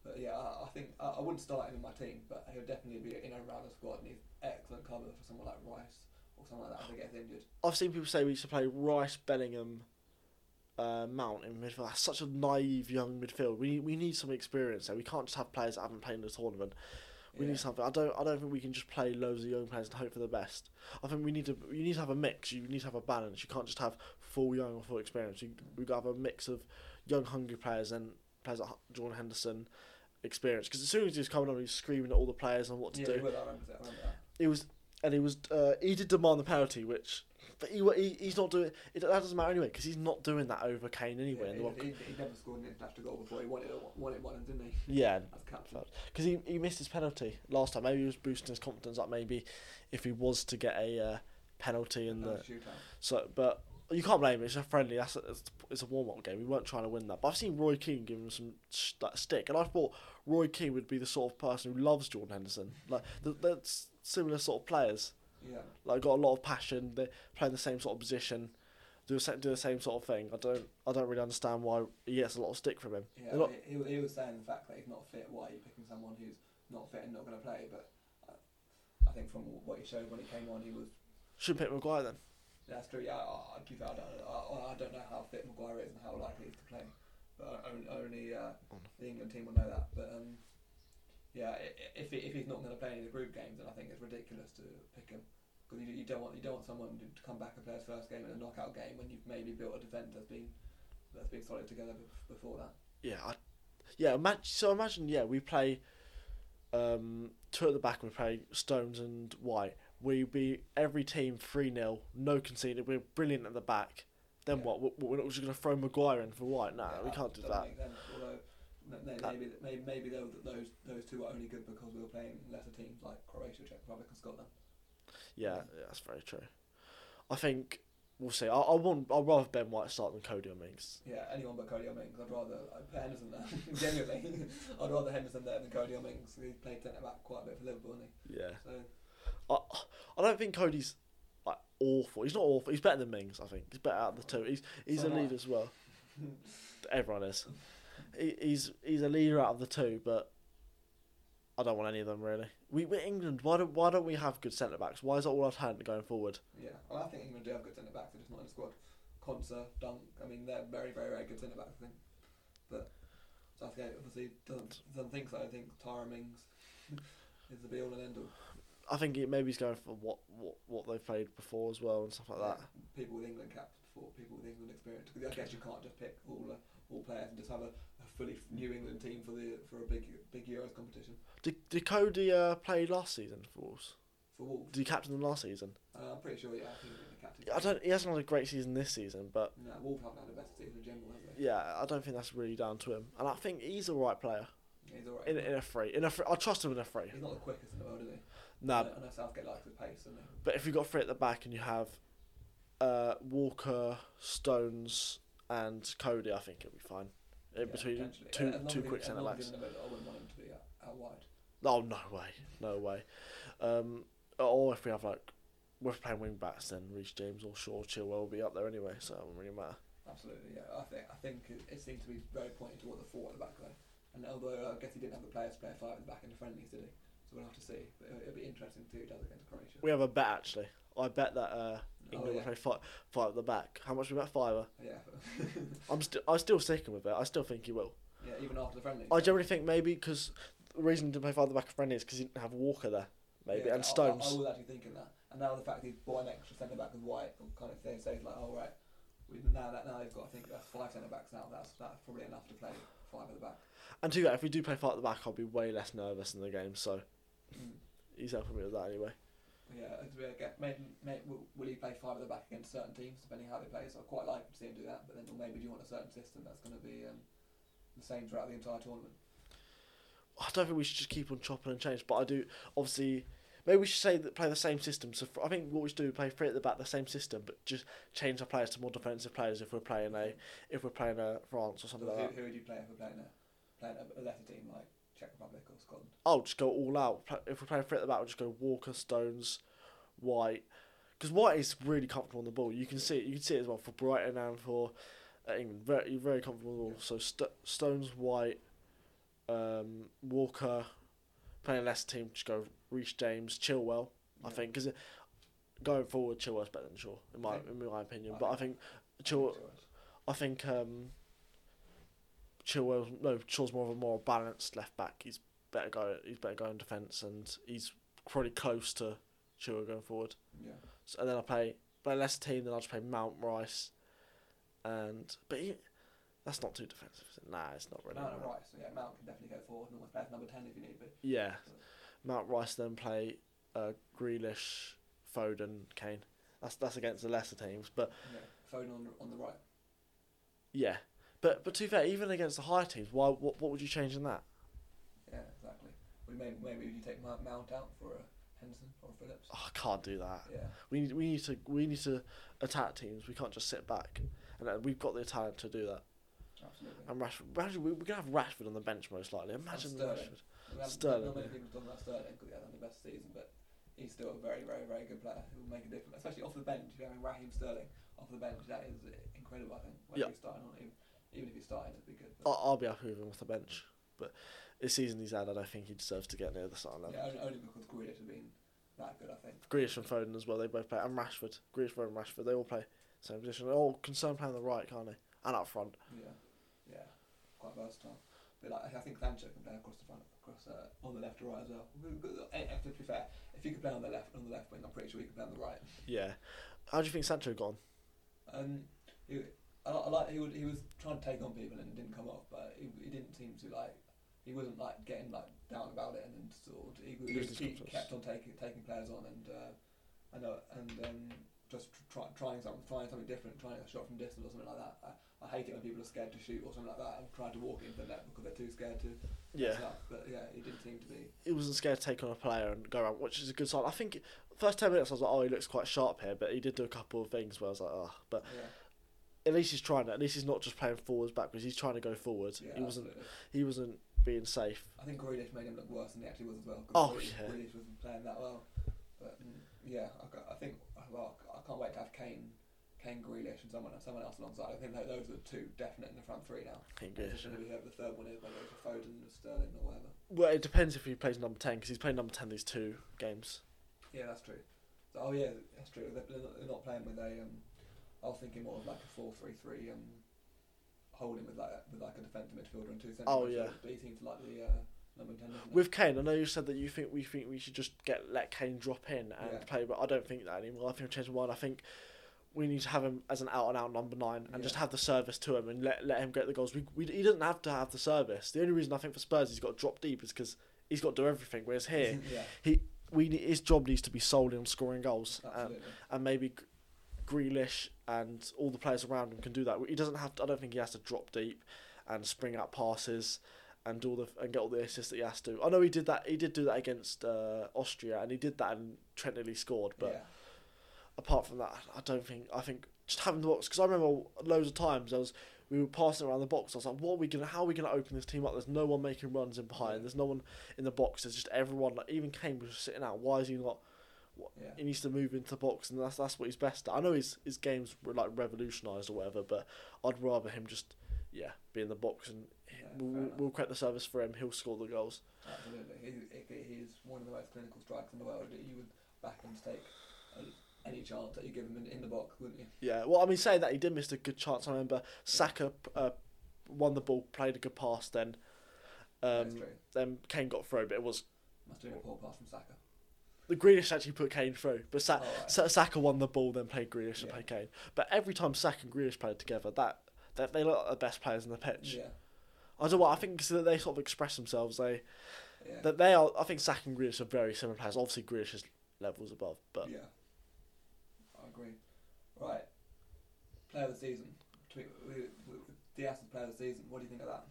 Speaker 2: But yeah, I, I think I, I wouldn't start him in my team, but he'll definitely be in and around the squad, and he's excellent cover for someone like Rice or someone like that if they get injured.
Speaker 1: I've seen people say we should play Rice, Bellingham, uh, Mount in midfield. That's such a naive young midfield. We we need some experience there. We can't just have players that haven't played in the tournament. We
Speaker 2: Yeah.
Speaker 1: need something. I don't. I don't think we can just play loads of young players and hope for the best. I think we need to. You need to have a mix. You need to have a balance. You can't just have full young or full experience. You we got to have a mix of young, hungry players and players like John Henderson, experience. Because as soon as he was coming on, he was screaming at all the players on what to
Speaker 2: yeah,
Speaker 1: do
Speaker 2: he will, I remember that. I remember that.
Speaker 1: he was and he was uh, he did demand the penalty, which but he, wa- he he's not doing it. That doesn't matter anyway because he's not doing that over Kane anyway.
Speaker 2: Yeah,
Speaker 1: in the World
Speaker 2: he, he, he never scored an international goal before. He wanted wanted one, didn't he?
Speaker 1: Cup. yeah,
Speaker 2: As captain.
Speaker 1: because he he missed his penalty last time. Maybe he was boosting his confidence up. Maybe if he was to get a uh, penalty in
Speaker 2: And
Speaker 1: the
Speaker 2: shootout.
Speaker 1: so, but you can't blame him. It's a friendly. That's a, it's- it's a warm up game. We weren't trying to win that. But I've seen Roy Keane give him some sh- that stick, and I thought Roy Keane would be the sort of person who loves Jordan Henderson. Like th- that's similar sort of players.
Speaker 2: Yeah.
Speaker 1: like got a lot of passion. They playing the same sort of position, do the same, do the same sort of thing. I don't I don't really understand why he gets a lot of stick from him.
Speaker 2: Yeah,
Speaker 1: They're not-
Speaker 2: he, he was saying the fact that he's not fit. Why are you picking someone who's not fit and not going to play? But I, I think from what he showed when he came on, he was.
Speaker 1: Should pick Maguire then.
Speaker 2: That's true. Yeah, I, I, to be fair, I, don't, I, I don't know how fit Maguire is and how likely he is to play. But only, only uh, the England team will know that. But um, yeah, i- i- if, he, if he's not going to play any of the group games, then I think it's ridiculous to pick him because you, you don't want you don't want someone to come back and play his first game in a knockout game when you've maybe built a defence that's been that's been solid together bef- before that.
Speaker 1: Yeah, I, yeah. Imagine, so imagine yeah we play, um, two at the back. We play Stones and White. We beat every team three 0 no conceded. We're brilliant at the back. Then
Speaker 2: Yeah.
Speaker 1: what? We- We're not just gonna throw Maguire in for White. Nah,
Speaker 2: Yeah,
Speaker 1: we can't do
Speaker 2: doesn't
Speaker 1: that.
Speaker 2: make sense, although m- may-
Speaker 1: That-
Speaker 2: Maybe, maybe, maybe those, those those two are only good because we were playing lesser teams like Croatia, Czech Republic, and Scotland.
Speaker 1: Yeah, yeah, that's very true. I think we'll see. I, I want. I'd rather Ben White start than Cody. I mean, 'cause
Speaker 2: Yeah, anyone but Cody Mings. I'd rather I'd put Henderson there. Genuinely, I'd rather Henderson there than Cody Mings. He played centre back quite a bit for Liverpool, hasn't
Speaker 1: yeah.
Speaker 2: he? So
Speaker 1: I, I don't think Cody's like awful. He's not awful. He's better than Mings. I think he's better out of the two. He's he's
Speaker 2: So
Speaker 1: a
Speaker 2: am I.
Speaker 1: leader as well. Everyone is. He, he's he's a leader out of the two, but I don't want any of them really. We we're England. Why don't why don't we have good centre backs? Why is that all our talent going forward?
Speaker 2: yeah, well, I think England do have good centre backs. They're just not in the squad. Conser, Dunk. I mean, they're very, very, very good centre backs. I think, but Southgate obviously doesn't doesn't think so. I think Tyra Mings is the be all and end all.
Speaker 1: I think it, maybe he's going for what, what what they've played before as well and stuff like that.
Speaker 2: people with England caps before, people with England experience. Because I guess you can't just pick all uh, all players and just have a, a fully new England team for the for a big big Euros competition.
Speaker 1: Did, did Cody uh, play last season for Wolves?
Speaker 2: For Wolves,
Speaker 1: Did he captain them last season?
Speaker 2: uh, I'm pretty sure yeah, I think he's been the captain.
Speaker 1: I don't. He hasn't had a great season this season, but
Speaker 2: No, Wolves haven't had the best season in general, have they?
Speaker 1: yeah, I don't think that's really down to him. And I think he's a right player.
Speaker 2: He's all right.
Speaker 1: In, in a free, in a free, I trust him in a free.
Speaker 2: he's not the quickest in the world, is he?
Speaker 1: Nah,
Speaker 2: I know Southgate likes his pace, doesn't he?
Speaker 1: but if you've got three at the back and you have uh, Walker, Stones, and Cody, I think it'll be fine. In
Speaker 2: Yeah,
Speaker 1: between
Speaker 2: potentially.
Speaker 1: two
Speaker 2: As long
Speaker 1: two
Speaker 2: as he-
Speaker 1: quick
Speaker 2: as
Speaker 1: centre
Speaker 2: long as
Speaker 1: backs.
Speaker 2: he's in the middle, I wouldn't want him to be out, out wide.
Speaker 1: Oh no way, no way. Um, or if we have like we're playing wing backs, then Reece James or Shaw Chilwell will be up there anyway, so it won't really matter.
Speaker 2: Absolutely, yeah. I think I think it, it seemed to be very pointed toward the four at the back though. And although I guess he didn't have the players to play a five at the back in the friendlies, did he? So we'll have to see. But it'll, it'll be interesting to see who does against Croatia.
Speaker 1: We have a bet actually. I bet that uh, England will
Speaker 2: oh, yeah.
Speaker 1: play five five at the back. How much we bet fiver?
Speaker 2: yeah.
Speaker 1: I'm still I'm still sticking with it. I still think he will.
Speaker 2: yeah, even after the friendlies.
Speaker 1: I generally think maybe because the reason he didn't play five at the back of friendly is because he didn't have Walker there, maybe,
Speaker 2: Yeah,
Speaker 1: and
Speaker 2: I-
Speaker 1: Stones.
Speaker 2: I, I, was actually thinking that. And now the fact he's bought an extra centre back with White I'm kind of saying so he's like, all right. We, now that now they've got I think that's five centre backs now. That's that's probably enough to play five at the back.
Speaker 1: and to that, if we do play five at the back, I'll be way less nervous in the game. So
Speaker 2: Mm.
Speaker 1: he's helping me with that anyway.
Speaker 2: Yeah, it's really good. Maybe, maybe, will, will he play five at the back against certain teams, depending how they play? So I quite like to see him do that. But then, or maybe do you want a certain system that's going to be um, the same throughout the entire tournament?
Speaker 1: I don't think we should just keep on chopping and change, but I do obviously. Maybe we should say that play the same system. So f I I think what we should do play three at the back, the same system, but just change our players to more defensive players if we're playing a if we're playing a France or
Speaker 2: So
Speaker 1: something like
Speaker 2: who,
Speaker 1: that.
Speaker 2: who would you play if we're playing a playing a, a lesser team like Czech Republic or Scotland?
Speaker 1: I'll just go all out. Pla- If we're playing three at the back, we'll just go Walker, Stones, White, because White is really comfortable on the ball. You can see it. You can see it as well for Brighton and for uh, England. Very, very comfortable on the ball. So St- Stones, White, um, Walker, playing a lesser team, just go Reece James, Chilwell. I
Speaker 2: Yeah.
Speaker 1: think because going forward, Chilwell's better than Shaw in my
Speaker 2: Okay.
Speaker 1: in my opinion.
Speaker 2: I
Speaker 1: But I think
Speaker 2: think-
Speaker 1: Chilwell,
Speaker 2: Sure.
Speaker 1: I think um, Chilwell. No, Chilwell's more of a more balanced left back. He's better go. He's better going defence, and he's probably close to Chilwell going forward.
Speaker 2: Yeah.
Speaker 1: So, and then I play play less team. Then I will just play Mount Rice, and but he, that's not too defensive. is it? Nah, it's not really.
Speaker 2: Mount and
Speaker 1: Mount-
Speaker 2: Rice, so yeah, Mount can definitely go forward and almost play as number ten if you need. But
Speaker 1: Yeah, Mount Rice then play uh, Grealish, Foden, Kane. That's that's against the lesser teams, but
Speaker 2: yeah, Foden on the- on the right.
Speaker 1: yeah. But but to be fair, even against the higher teams, why what what would you change in that?
Speaker 2: Yeah, exactly. We maybe maybe you take Mount Mount out for a Henson or a Phillips.
Speaker 1: Oh, I can't do that.
Speaker 2: Yeah.
Speaker 1: We need, we need to we need to attack teams. We can't just sit back, and uh, we've got the talent to do that.
Speaker 2: Absolutely.
Speaker 1: And Rashford, Rashford we- we're gonna have Rashford on the bench most likely. Imagine
Speaker 2: Sterling.
Speaker 1: Rashford.
Speaker 2: We haven't-
Speaker 1: Sterling,
Speaker 2: Not many
Speaker 1: yeah.
Speaker 2: people have done that Sterling because he hasn't had the best season, but he's still a very, very, very good player who will make a difference, especially off the bench. You know, Raheem Sterling off the bench, that is incredible. I think whether
Speaker 1: Yeah. Oh,
Speaker 2: he's starting or even, even if he's starting, it'd be good.
Speaker 1: I,
Speaker 2: But,
Speaker 1: I'll be happy with him off the bench, but this season he's had, I don't think he deserves to get near the starting level.
Speaker 2: yeah, only, only because Grealish has been that good, I think.
Speaker 1: Grealish and Foden as well. They both play, and Rashford, Grealish, Foden, Rashford. They all play same position. They're all concerned playing on the right, can't they? And up front.
Speaker 2: Yeah, yeah, quite versatile. But like, I think Sancho can play across the front, across uh, on the left or right as well. Eh, eh, To be fair, if you could play on the left, on the left wing, I'm pretty sure you could play on the right.
Speaker 1: Yeah. How do you think Sancho got on?
Speaker 2: Um, he, I, I like he, would, he was trying to take on people and it didn't come off, but he, he didn't seem to like he wasn't like getting like down about it and then sort of, he, he,
Speaker 1: Losing
Speaker 2: was- he
Speaker 1: confidence.
Speaker 2: kept on taking taking players on and uh, I know and um, just try, trying something trying something different, trying a shot from distance or something like that. I, I hate it when people are scared to shoot or something like that and try to walk into the net because they're too scared to.
Speaker 1: Yeah.
Speaker 2: Stuff. But yeah, he didn't seem to be.
Speaker 1: he wasn't scared to take on a player and go around, which is a good sign. I think first ten minutes I was like, oh, he looks quite sharp here, but he did do a couple of things where I was like, oh, but
Speaker 2: Yeah,
Speaker 1: at least he's trying. At least he's not just playing forwards backwards. He's trying to go forward.
Speaker 2: yeah
Speaker 1: he wasn't.
Speaker 2: absolutely.
Speaker 1: He wasn't being safe.
Speaker 2: I think Grealish made him look worse than he actually was as well. 'cause
Speaker 1: Oh,
Speaker 2: Grealish,
Speaker 1: yeah.
Speaker 2: Grealish wasn't playing that well. But mm, yeah, I, ca- I think well, I can't wait to have Kane, Kane Grealish, and someone someone else alongside. I think tho- those are two definite in the front three now.
Speaker 1: I think,
Speaker 2: It's
Speaker 1: yeah.
Speaker 2: just gonna be whoever the third one is, whether it's a Foden or Sterling or whatever.
Speaker 1: Well, it depends if he plays number ten because he's playing number ten these two games.
Speaker 2: Yeah, that's true. So, oh yeah, that's true. They're, they're not- they're not playing with a. Um, I was thinking more of like a four-three-three. Um, holding with like a- with like a defensive midfielder and two centre
Speaker 1: Oh,
Speaker 2: midfielders,
Speaker 1: yeah.
Speaker 2: But he seems like the uh, number ten. doesn't he?
Speaker 1: With Kane, I know you said that you think we think we should just get let Kane drop in and
Speaker 2: Yeah.
Speaker 1: play, but I don't think that anymore. I think I've changed my mind. I think we need to have him as an out and out number nine and just
Speaker 2: Yeah.
Speaker 1: have the service to him and let, let him get the goals. We, we he doesn't have to have the service. The only reason I think for Spurs he's got to drop deep is because he's got to do everything. Whereas here,
Speaker 2: yeah,
Speaker 1: we need, his job needs to be solely on scoring goals. And
Speaker 2: Mm-hmm. absolutely.
Speaker 1: and maybe G- Grealish and all the players around him can do that. He doesn't have. To, I don't think he has to drop deep and spring out passes and do all the and get all the assists that he has to. I know he did that. He did do that against uh, Austria, and he did that, and Trent nearly scored. But
Speaker 2: yeah.
Speaker 1: apart from that, I don't think. I think just having the box because I remember loads of times I was. We were passing around the box. I was like, "What are we gonna? How are we gonna open this team up? There's no one making runs in behind. There's no one in the box. There's just everyone. Like even Kane was just sitting out. Why is he not
Speaker 2: yeah.
Speaker 1: he needs to move into the box, and that's that's what he's best at. I know his his games were like revolutionised or whatever, but I'd rather him just yeah be in the box and
Speaker 2: Yeah,
Speaker 1: we'll,
Speaker 2: fair
Speaker 1: we'll,
Speaker 2: enough.
Speaker 1: we'll create the service for him. He'll score the goals.
Speaker 2: Absolutely, he, he, he is one of the most clinical strikers in the world. You would back him to take uh, any chance that you give him in, in the box, wouldn't you?
Speaker 1: Yeah, well, I mean, saying that he did miss a good chance. I remember Saka uh, won the ball, played a good pass, then
Speaker 2: That's
Speaker 1: um,
Speaker 2: true.
Speaker 1: then Kane got through, but it was
Speaker 2: Must have been a poor pass from Saka.
Speaker 1: the Greenish actually put Kane through, but Sa-
Speaker 2: Oh, right.
Speaker 1: Sa- Saka won the ball, then played Greenish and
Speaker 2: Yeah.
Speaker 1: played Kane. But every time Saka and Greenish played together, that. that They look like the best players on the pitch.
Speaker 2: Yeah,
Speaker 1: I don't know. I think it's that they sort of express themselves. They
Speaker 2: yeah.
Speaker 1: that they are. I think Sack and Grealish are very similar players. Obviously, Grealish is levels above. But
Speaker 2: Yeah, I agree. Right, player of the season. Tweet, we- we- Diaz is player of the season. What do you think of that?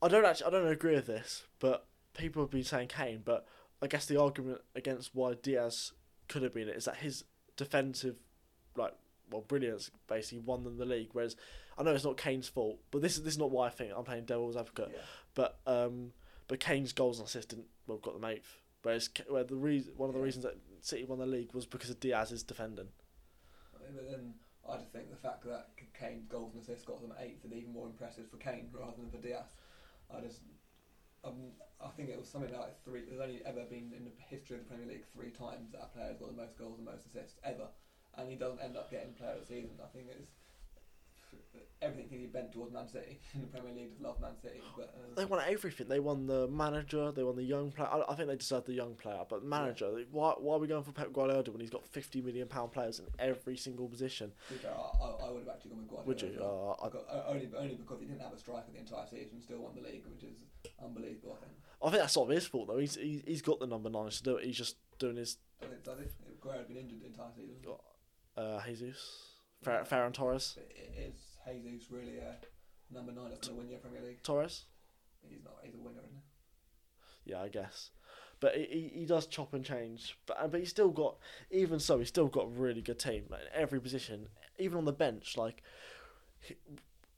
Speaker 1: I don't actually I don't agree with this, but people have been saying Kane, but I guess the argument against why Diaz could have been it is that his defensive like well brilliance basically won them the league, whereas I know it's not Kane's fault, but this is this is not why I think I'm playing devil's advocate.
Speaker 2: Yeah.
Speaker 1: But um but Kane's goals and assist didn't well got them eighth. Whereas K- where the reason one of the
Speaker 2: Yeah.
Speaker 1: reasons that City won the league was because of Diaz's defending.
Speaker 2: But then I just think the fact that Kane goals and assists got them eighth is even more impressive for Kane rather than for Diaz. I just, um, I think it was something like three. There's only ever been in the history of the Premier League three times that a player's got the most goals and most assists ever, and he doesn't end up getting player of the season. I think it's everything can be bent towards Man City. the Premier League just love Man City, but
Speaker 1: They
Speaker 2: um,
Speaker 1: won everything. They won the manager. They won the young player. I, I think they deserve the young player, but manager. like, Why, why are we going for Pep Guardiola when he's got fifty million pound players in every single position?
Speaker 2: to be fair, I, I- I would have actually gone with Guardiola.
Speaker 1: Would
Speaker 2: as
Speaker 1: you?
Speaker 2: well.
Speaker 1: Uh, I,
Speaker 2: Got- o- only, only because he didn't have a striker the entire season, and still won the league, which is unbelievable. I think.
Speaker 1: I think that's sort of his fault though. He's he, he's got the number nine to do it. He's just doing his
Speaker 2: I think I think Guerrero had been injured the entire season.
Speaker 1: uh, Jesus, Fer- Ferran Torres.
Speaker 2: But i- Is Jesus really a number nine that's going to win your Premier League?
Speaker 1: Torres.
Speaker 2: He's not. He's a winner, isn't he?
Speaker 1: Yeah, I guess. But he, he, he does chop and change. But uh, but he's still got even so he's still got a really good team like, in every position, even on the bench. Like he,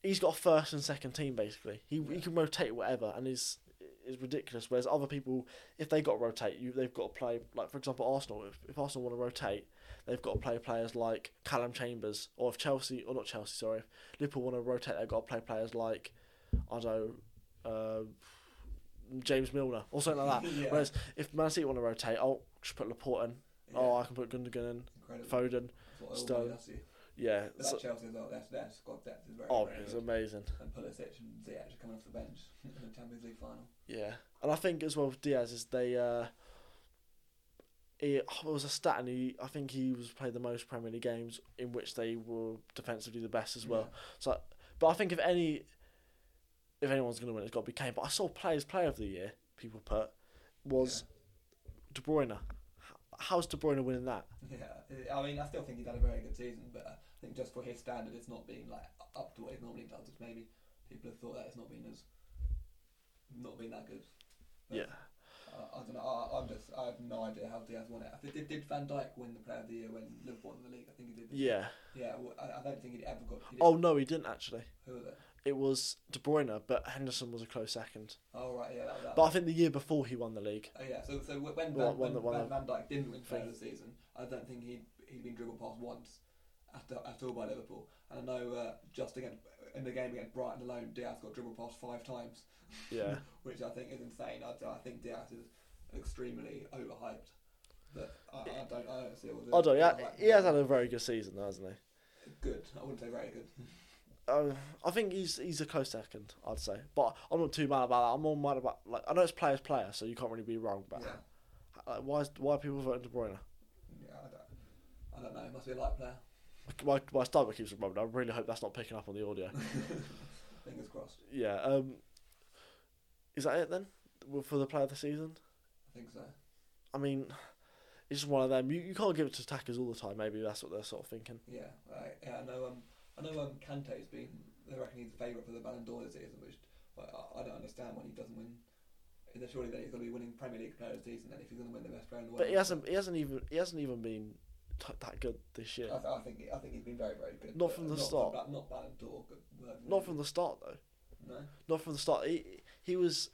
Speaker 1: he's got a first and second team basically. He he
Speaker 2: Yeah.
Speaker 1: can rotate whatever and is is ridiculous. Whereas other people, if they got to rotate, you they've got to play like for example Arsenal. If, if Arsenal want to rotate, they've got to play players like Callum Chambers or if Chelsea or not Chelsea sorry, if Liverpool want to rotate, they've got to play players like I don't know. Uh, James Milner or something like that.
Speaker 2: Yeah.
Speaker 1: Whereas if Man City want to rotate, I'll just put Laporte in. Oh, I can put Gundogan in,
Speaker 2: incredible.
Speaker 1: Foden.
Speaker 2: That's what I
Speaker 1: Sterling.
Speaker 2: always see.
Speaker 1: Yeah.
Speaker 2: But
Speaker 1: so-
Speaker 2: that Chelsea as well. Their, their squad depth is very,
Speaker 1: oh,
Speaker 2: very
Speaker 1: it's
Speaker 2: good.
Speaker 1: amazing.
Speaker 2: And Pulisic and Ziyech are coming off the bench in the Champions League final.
Speaker 1: Yeah, and I think as well with Diaz is they. Uh, it was a stat, and he, I think he was played the most Premier League games in which they were defensively the best as well. So, but I think if any, if anyone's going to win, it's got to be Kane. But I saw Players Player of the Year people put was De Bruyne. H- How's De Bruyne winning that?
Speaker 2: Yeah, I mean, I still think he's had a very good season, but I think just for his standard, it's not been like up to what he normally does. It's maybe people have thought that it's not been as not been that good. But
Speaker 1: Yeah.
Speaker 2: I, I don't know. I, I'm just I have no idea how Diaz won it. I think did, did Van Dijk win the Player of the Year when Liverpool won the league? I think he did.
Speaker 1: Yeah.
Speaker 2: Yeah. Well, I, I don't think he'd ever got. He didn't-
Speaker 1: Oh no, he didn't actually.
Speaker 2: Who was it?
Speaker 1: It was De Bruyne, but Henderson was a close second.
Speaker 2: Oh right, yeah, that was that.
Speaker 1: But I think the year before he won the league.
Speaker 2: Oh yeah, so so when when,
Speaker 1: Well, one
Speaker 2: Van, when,
Speaker 1: that- one
Speaker 2: Van,
Speaker 1: that-
Speaker 2: Van Dijk didn't win player of the season, I don't think he'd he'd been dribbled past once at, at all by Liverpool. And I know uh, just against in the game against Brighton alone, Diaz got dribbled past five times,
Speaker 1: Yeah.
Speaker 2: which I think is insane. I, I think Diaz is extremely overhyped. But I, I don't I don't see it. was-
Speaker 1: Although yeah,
Speaker 2: like-
Speaker 1: he has had a very good season, though, hasn't he?
Speaker 2: good. I wouldn't say very good.
Speaker 1: Um, I think he's he's a close second, I'd say. But I'm not too mad about that. I'm more mad about like I know it's players player, so you can't really be wrong. But
Speaker 2: Yeah,
Speaker 1: like, why is, why are people voting De Bruyne?
Speaker 2: yeah I, don't, I don't know. He must be a light player.
Speaker 1: My my stomach keeps rumbling. I really hope that's not picking up on the audio.
Speaker 2: Fingers crossed.
Speaker 1: yeah. Um. Is that it then Well, for the player of the season?
Speaker 2: I think so.
Speaker 1: I mean, it's just one of them. You you can't give it to attackers all the time. Maybe that's what they're sort of thinking.
Speaker 2: Yeah, right. Yeah, I know. Um, I know. Um, Kante's been. They reckon he's the favourite for the Ballon d'Or this season, which I, I- I don't understand when he doesn't win. Is there surely then he's going to be winning Premier League Player of the Season then if he's going to win the best player in the world?
Speaker 1: But he hasn't he hasn't even he hasn't even been t- that good this year.
Speaker 2: I, th- I think I think he's been very very good.
Speaker 1: Not
Speaker 2: but
Speaker 1: from the
Speaker 2: not
Speaker 1: start.
Speaker 2: Not, not Ballon d'Or. Good word,
Speaker 1: Not from the start though.
Speaker 2: No.
Speaker 1: Not from the start. He he was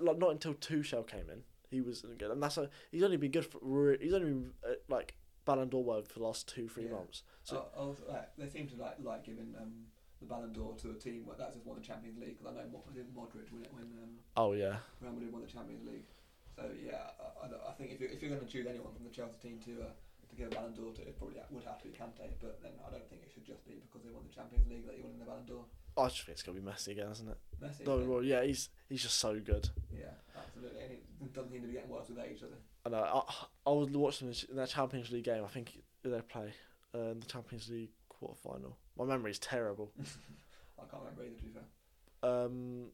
Speaker 1: like not until Tuchel came in. He was good, and that's a, he's only been good for re- he's only been uh, like Ballon d'Or world for the last two three
Speaker 2: Yeah.
Speaker 1: months. So
Speaker 2: So also, like, they seem to like like giving um, the Ballon d'Or to a team that that's just won the Champions League. Because I know Mo- didn't Modric win it when um,
Speaker 1: oh yeah,
Speaker 2: Real Madrid won the Champions League. So yeah, I, I don't- I think if you're, if you're going to choose anyone from the Chelsea team to uh, to give a Ballon d'Or to, it probably ha- would have to be Kante. But then I don't think it should just be because they won the Champions League that you won the Ballon d'Or.
Speaker 1: I just think it's gonna be Messi again, isn't it?
Speaker 2: Messi.
Speaker 1: No,
Speaker 2: isn't it?
Speaker 1: well, yeah, he's he's just so good.
Speaker 2: Yeah, absolutely. And it doesn't seem to be getting worse with age, does it?
Speaker 1: And I I, I would watch them in that Champions League game. I think they play uh, in the Champions League quarter final. My memory is terrible.
Speaker 2: I can't remember either. To be fair,
Speaker 1: Um,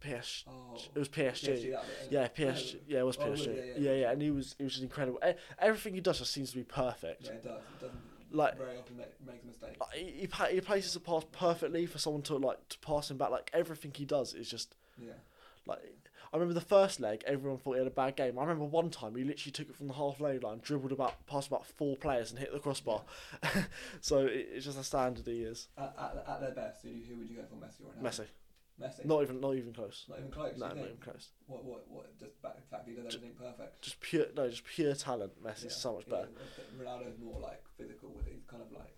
Speaker 1: PSG.
Speaker 2: Oh,
Speaker 1: It was PSG.
Speaker 2: PSG, that bit, innit?
Speaker 1: yeah, PSG.
Speaker 2: No.
Speaker 1: Yeah, it was
Speaker 2: Oh, was
Speaker 1: PSG.
Speaker 2: it?
Speaker 1: yeah,
Speaker 2: Yeah,
Speaker 1: yeah, and he was he was just incredible. E- Everything he does just seems to be perfect.
Speaker 2: Yeah, it does. It doesn't
Speaker 1: Like-
Speaker 2: very often make, makes mistakes.
Speaker 1: Like, he, he pa- he places the pass perfectly for someone to like to pass him back. Like everything he does is just
Speaker 2: Yeah.
Speaker 1: like. I remember the first leg, everyone thought he had a bad game. I remember one time he literally took it from the halfway line, dribbled about past about four players, and hit the crossbar. so it, it's just a standard he is.
Speaker 2: At, at, at their best, who, who would you go for, Messi or Ronaldo?
Speaker 1: Messi,
Speaker 2: Messi.
Speaker 1: not even not even close.
Speaker 2: Not even close.
Speaker 1: No, not
Speaker 2: you think?
Speaker 1: even close.
Speaker 2: What? What? What? Just back, the fact that he does everything perfect.
Speaker 1: Just pure no, just pure talent. Messi's
Speaker 2: Yeah.
Speaker 1: so much
Speaker 2: Yeah,
Speaker 1: better.
Speaker 2: Ronaldo's more like physical. With it. he's kind of like.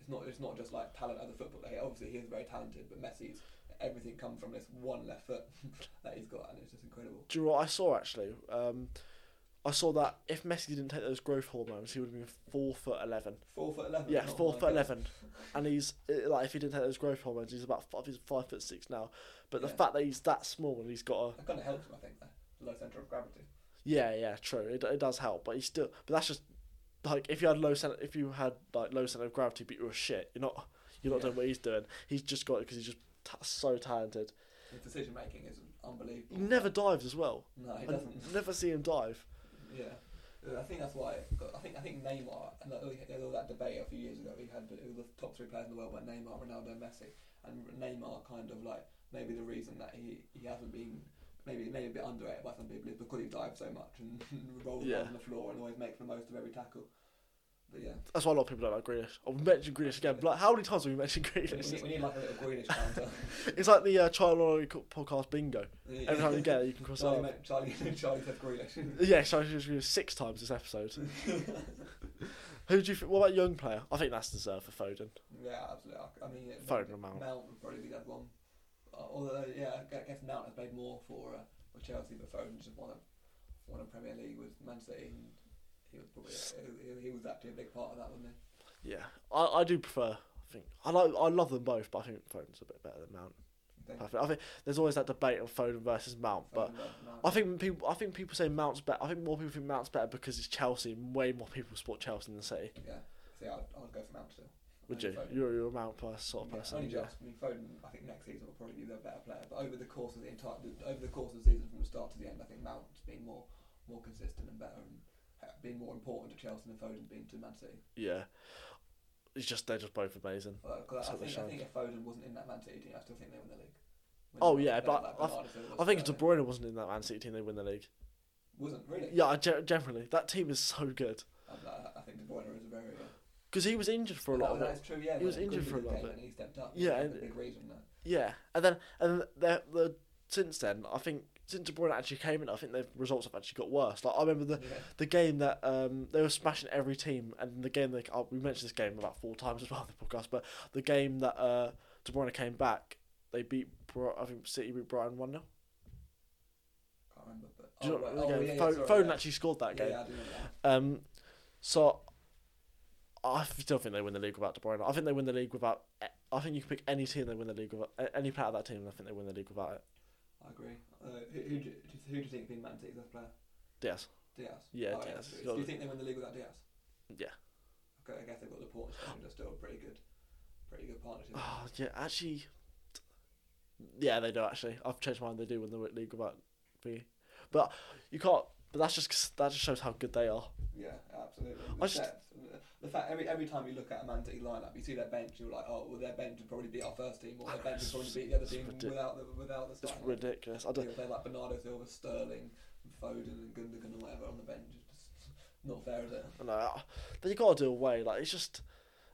Speaker 2: It's not. It's not just like talent as a footballer. Like, obviously, he is very talented, but Messi's everything comes from this one left foot that he's got, and it's just incredible.
Speaker 1: Do you know what I saw actually? Um, I saw that if Messi didn't take those growth hormones, he would have been four foot eleven.
Speaker 2: Four foot eleven.
Speaker 1: Yeah,
Speaker 2: not
Speaker 1: four
Speaker 2: Oh my
Speaker 1: foot
Speaker 2: guess.
Speaker 1: eleven, and he's eh, like if he didn't take those growth hormones, he's about five, he's five foot six now. But the
Speaker 2: Yeah.
Speaker 1: fact that he's that small and he's got a
Speaker 2: That kind of helps him, I think. Though. Low centre of gravity.
Speaker 1: yeah, yeah, true. It, it does help, but he's still. But that's just like if you had low center, if you had like low center of gravity, but you were shit. You're not. You're not
Speaker 2: Yeah.
Speaker 1: doing what he's doing. He's just got it because he's just ta so talented.
Speaker 2: His decision making is unbelievable.
Speaker 1: He never dives as well.
Speaker 2: No, he
Speaker 1: I
Speaker 2: doesn't.
Speaker 1: never see him dive.
Speaker 2: Yeah, Uh, I think that's why. I think I think Neymar. And like, there was all that debate a few years ago. He had who the top three players in the world were Neymar, Ronaldo, and Messi, and Neymar kind of like maybe the reason that he, he hasn't been maybe maybe a bit underrated by some people is because he dives so much and rolls
Speaker 1: Yeah.
Speaker 2: around on the floor and always makes the most of every tackle. But yeah,
Speaker 1: That's why a lot of people don't like Greenish. I'll mention Greenish again, but like, how many times have we mentioned
Speaker 2: we need,
Speaker 1: Greenish?
Speaker 2: we need like a little greenish counter.
Speaker 1: it's like the uh, Charlie podcast bingo.
Speaker 2: Yeah.
Speaker 1: Every time you get it, you can cross it
Speaker 2: Charlie,
Speaker 1: out.
Speaker 2: meant- Charlie, Charlie said greenish.
Speaker 1: Yeah, Charlie Greenish six times this episode. Who do you? thi- What about young player? I think that's deserved for Foden.
Speaker 2: Yeah, absolutely. I- I mean, it,
Speaker 1: Foden and Mount.
Speaker 2: Mount would probably be that one. Uh, although, yeah, I gu- guess Mount has played more for uh, for Chelsea, but Foden just won a won a Premier League with Man City, and he was probably he, he was actually a big part of that, wasn't he?
Speaker 1: Yeah, I, I do prefer. I think I like I love them both, but I think Foden's a bit better than Mount.
Speaker 2: I think.
Speaker 1: Perfect. I think there's always that debate on Foden versus Mount, but
Speaker 2: Foden versus Mount.
Speaker 1: I think people I think people say Mount's better. I think more people think Mount's better because it's Chelsea, and way more people support Chelsea than City.
Speaker 2: yeah, see, I'd, I'd go for Mount still.
Speaker 1: Would
Speaker 2: Only
Speaker 1: you?
Speaker 2: Foden.
Speaker 1: You're, you're a Mount pers- sort of
Speaker 2: Yeah,
Speaker 1: person.
Speaker 2: only
Speaker 1: yeah.
Speaker 2: just. I mean, Foden. I think next season will probably be the better player, but over the course of the entire over the course of the season, from the start to the end, I think Mount's been more more consistent and better, and uh, been more important to Chelsea than Foden's been to Man City.
Speaker 1: Yeah. It's just they're just both amazing.
Speaker 2: Well, 'cause
Speaker 1: So
Speaker 2: I,
Speaker 1: they
Speaker 2: think, I
Speaker 1: showed.
Speaker 2: think if Foden wasn't in that Man City team, I still think they win the league. When
Speaker 1: Oh,
Speaker 2: they-
Speaker 1: yeah,
Speaker 2: they-
Speaker 1: but
Speaker 2: like
Speaker 1: I-
Speaker 2: Bernardo Silva
Speaker 1: I
Speaker 2: was
Speaker 1: think if De
Speaker 2: there.
Speaker 1: Bruyne wasn't in that Man City team, they win the league.
Speaker 2: wasn't really.
Speaker 1: Yeah, I ge- generally that team is so good
Speaker 2: I'm like, I think De Bruyne is a very. Uh,
Speaker 1: because he was injured for a
Speaker 2: but
Speaker 1: lot of
Speaker 2: that, that
Speaker 1: it.
Speaker 2: is true. Yeah,
Speaker 1: he was
Speaker 2: when
Speaker 1: injured for a
Speaker 2: Gundogan
Speaker 1: lot of
Speaker 2: came
Speaker 1: it.
Speaker 2: and he stepped up.
Speaker 1: Yeah,
Speaker 2: Yeah,
Speaker 1: and-
Speaker 2: a big reason that.
Speaker 1: Yeah, and then and the the since then, I think since De Bruyne actually came in, I think the results have actually got worse. Like I remember the
Speaker 2: Yeah.
Speaker 1: the game that um they were smashing every team, and the game that oh, we mentioned this game about four times as well on the podcast, but the game that uh De Bruyne came back, they beat Bro- I think City beat Brighton one 0
Speaker 2: Can't remember, but
Speaker 1: Do you
Speaker 2: oh,
Speaker 1: know
Speaker 2: right,
Speaker 1: what
Speaker 2: oh,
Speaker 1: the
Speaker 2: yeah,
Speaker 1: game?
Speaker 2: yeah,
Speaker 1: Fo-
Speaker 2: sorry,
Speaker 1: Foden
Speaker 2: yeah.
Speaker 1: actually scored that game.
Speaker 2: Yeah, yeah, I do remember that.
Speaker 1: Um, so I still think they win the league without De Bruyne. I think they win the league without. eh, I think you can pick any team they win the league without a- any player of that team. and I think they win the league without it.
Speaker 2: I agree. Uh, who, who, do, who do you think being Man City's best player?
Speaker 1: Yes.
Speaker 2: Diaz.
Speaker 1: Yeah,
Speaker 2: oh,
Speaker 1: Diaz.
Speaker 2: Do you think they win the league without Diaz?
Speaker 1: Yeah.
Speaker 2: Okay, I guess they've got the Portland, which are still a pretty good, pretty good partnership.
Speaker 1: Oh, yeah. Actually. Yeah, they do. Actually, I've changed my mind. They do win the league without me, but you can't. But that's just 'cause- that just shows how good they are.
Speaker 2: Yeah, absolutely.
Speaker 1: I
Speaker 2: The,
Speaker 1: just-
Speaker 2: depth, the fact every every time you look at a Man City lineup, you see their bench, you're like, oh, well, their bench would probably beat our first team, or their bench would probably beat the other
Speaker 1: Ah, It's
Speaker 2: team
Speaker 1: ridic-
Speaker 2: without the without the
Speaker 1: It's
Speaker 2: starting. lineup.
Speaker 1: ridiculous. I don't.
Speaker 2: You'll play like Bernardo Silva, Sterling, Foden, and Gundogan, or whatever on the bench. It's just not fair, is it?
Speaker 1: I know. They got to do away. Like it's just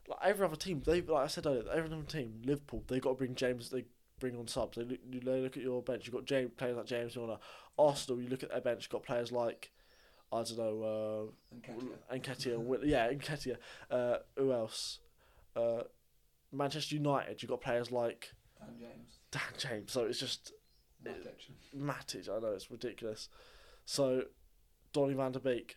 Speaker 1: like every other team. They like I said earlier. Every other team, Liverpool, they got to bring James. They bring on subs. They look, you know, look at your bench. You have got James players like James Milner. Arsenal, you look at their bench. Got players like I don't know.
Speaker 2: And
Speaker 1: Uh,
Speaker 2: Ketia.
Speaker 1: Enketia. Wi- yeah, Enketia. Uh, who else? Uh, Manchester United. You got players like
Speaker 2: and James,
Speaker 1: Dan James. So it's just
Speaker 2: Matic.
Speaker 1: Matic. I know it's ridiculous. So Donny Van de Beek.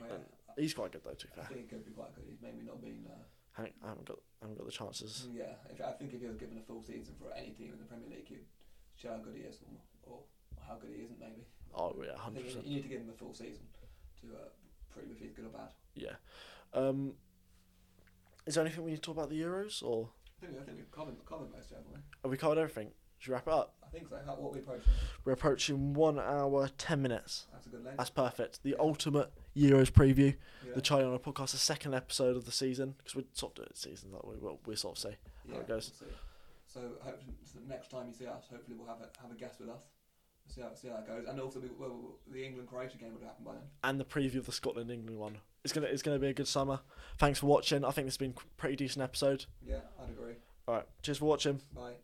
Speaker 2: Well, yeah,
Speaker 1: He's quite good though. To be
Speaker 2: I
Speaker 1: fair,
Speaker 2: think it could be quite good. He's maybe not been. Uh,
Speaker 1: I haven't- I haven't got I haven't got the chances.
Speaker 2: yeah, if, I think if he was given a full season for any team in the Premier League, you'd show how good he is, or, or how good he isn't, maybe.
Speaker 1: Oh yeah,
Speaker 2: I
Speaker 1: hundred
Speaker 2: think
Speaker 1: percent.
Speaker 2: you need to give him a full season to uh, prove if he's good or bad.
Speaker 1: Yeah. Um, is there anything we need to talk about the Euros, or
Speaker 2: I think, I think we've covered, covered most, haven't we?
Speaker 1: have we covered everything? Should we wrap it up?
Speaker 2: I think so. How, what are we approaching?
Speaker 1: We're approaching one hour, 10 minutes.
Speaker 2: That's a good length.
Speaker 1: That's perfect. The ultimate Euros preview.
Speaker 2: yeah.
Speaker 1: The Charlie on a podcast, the second episode of the season. Because we're sort of doing seasons that way. Well, we sort of say.
Speaker 2: yeah,
Speaker 1: how it goes.
Speaker 2: we'll see. So, hope, so the next time you see us, hopefully we'll have a, have a guest with us. We'll see how, see how that goes. And also, we, well, well, the England Croatia game would happen by then.
Speaker 1: And the preview of the Scotland England one. It's gonna it's gonna be a good summer. Thanks for watching. I think this has been a pretty decent episode.
Speaker 2: Yeah, I'd agree.
Speaker 1: All right, cheers for watching.
Speaker 2: Bye.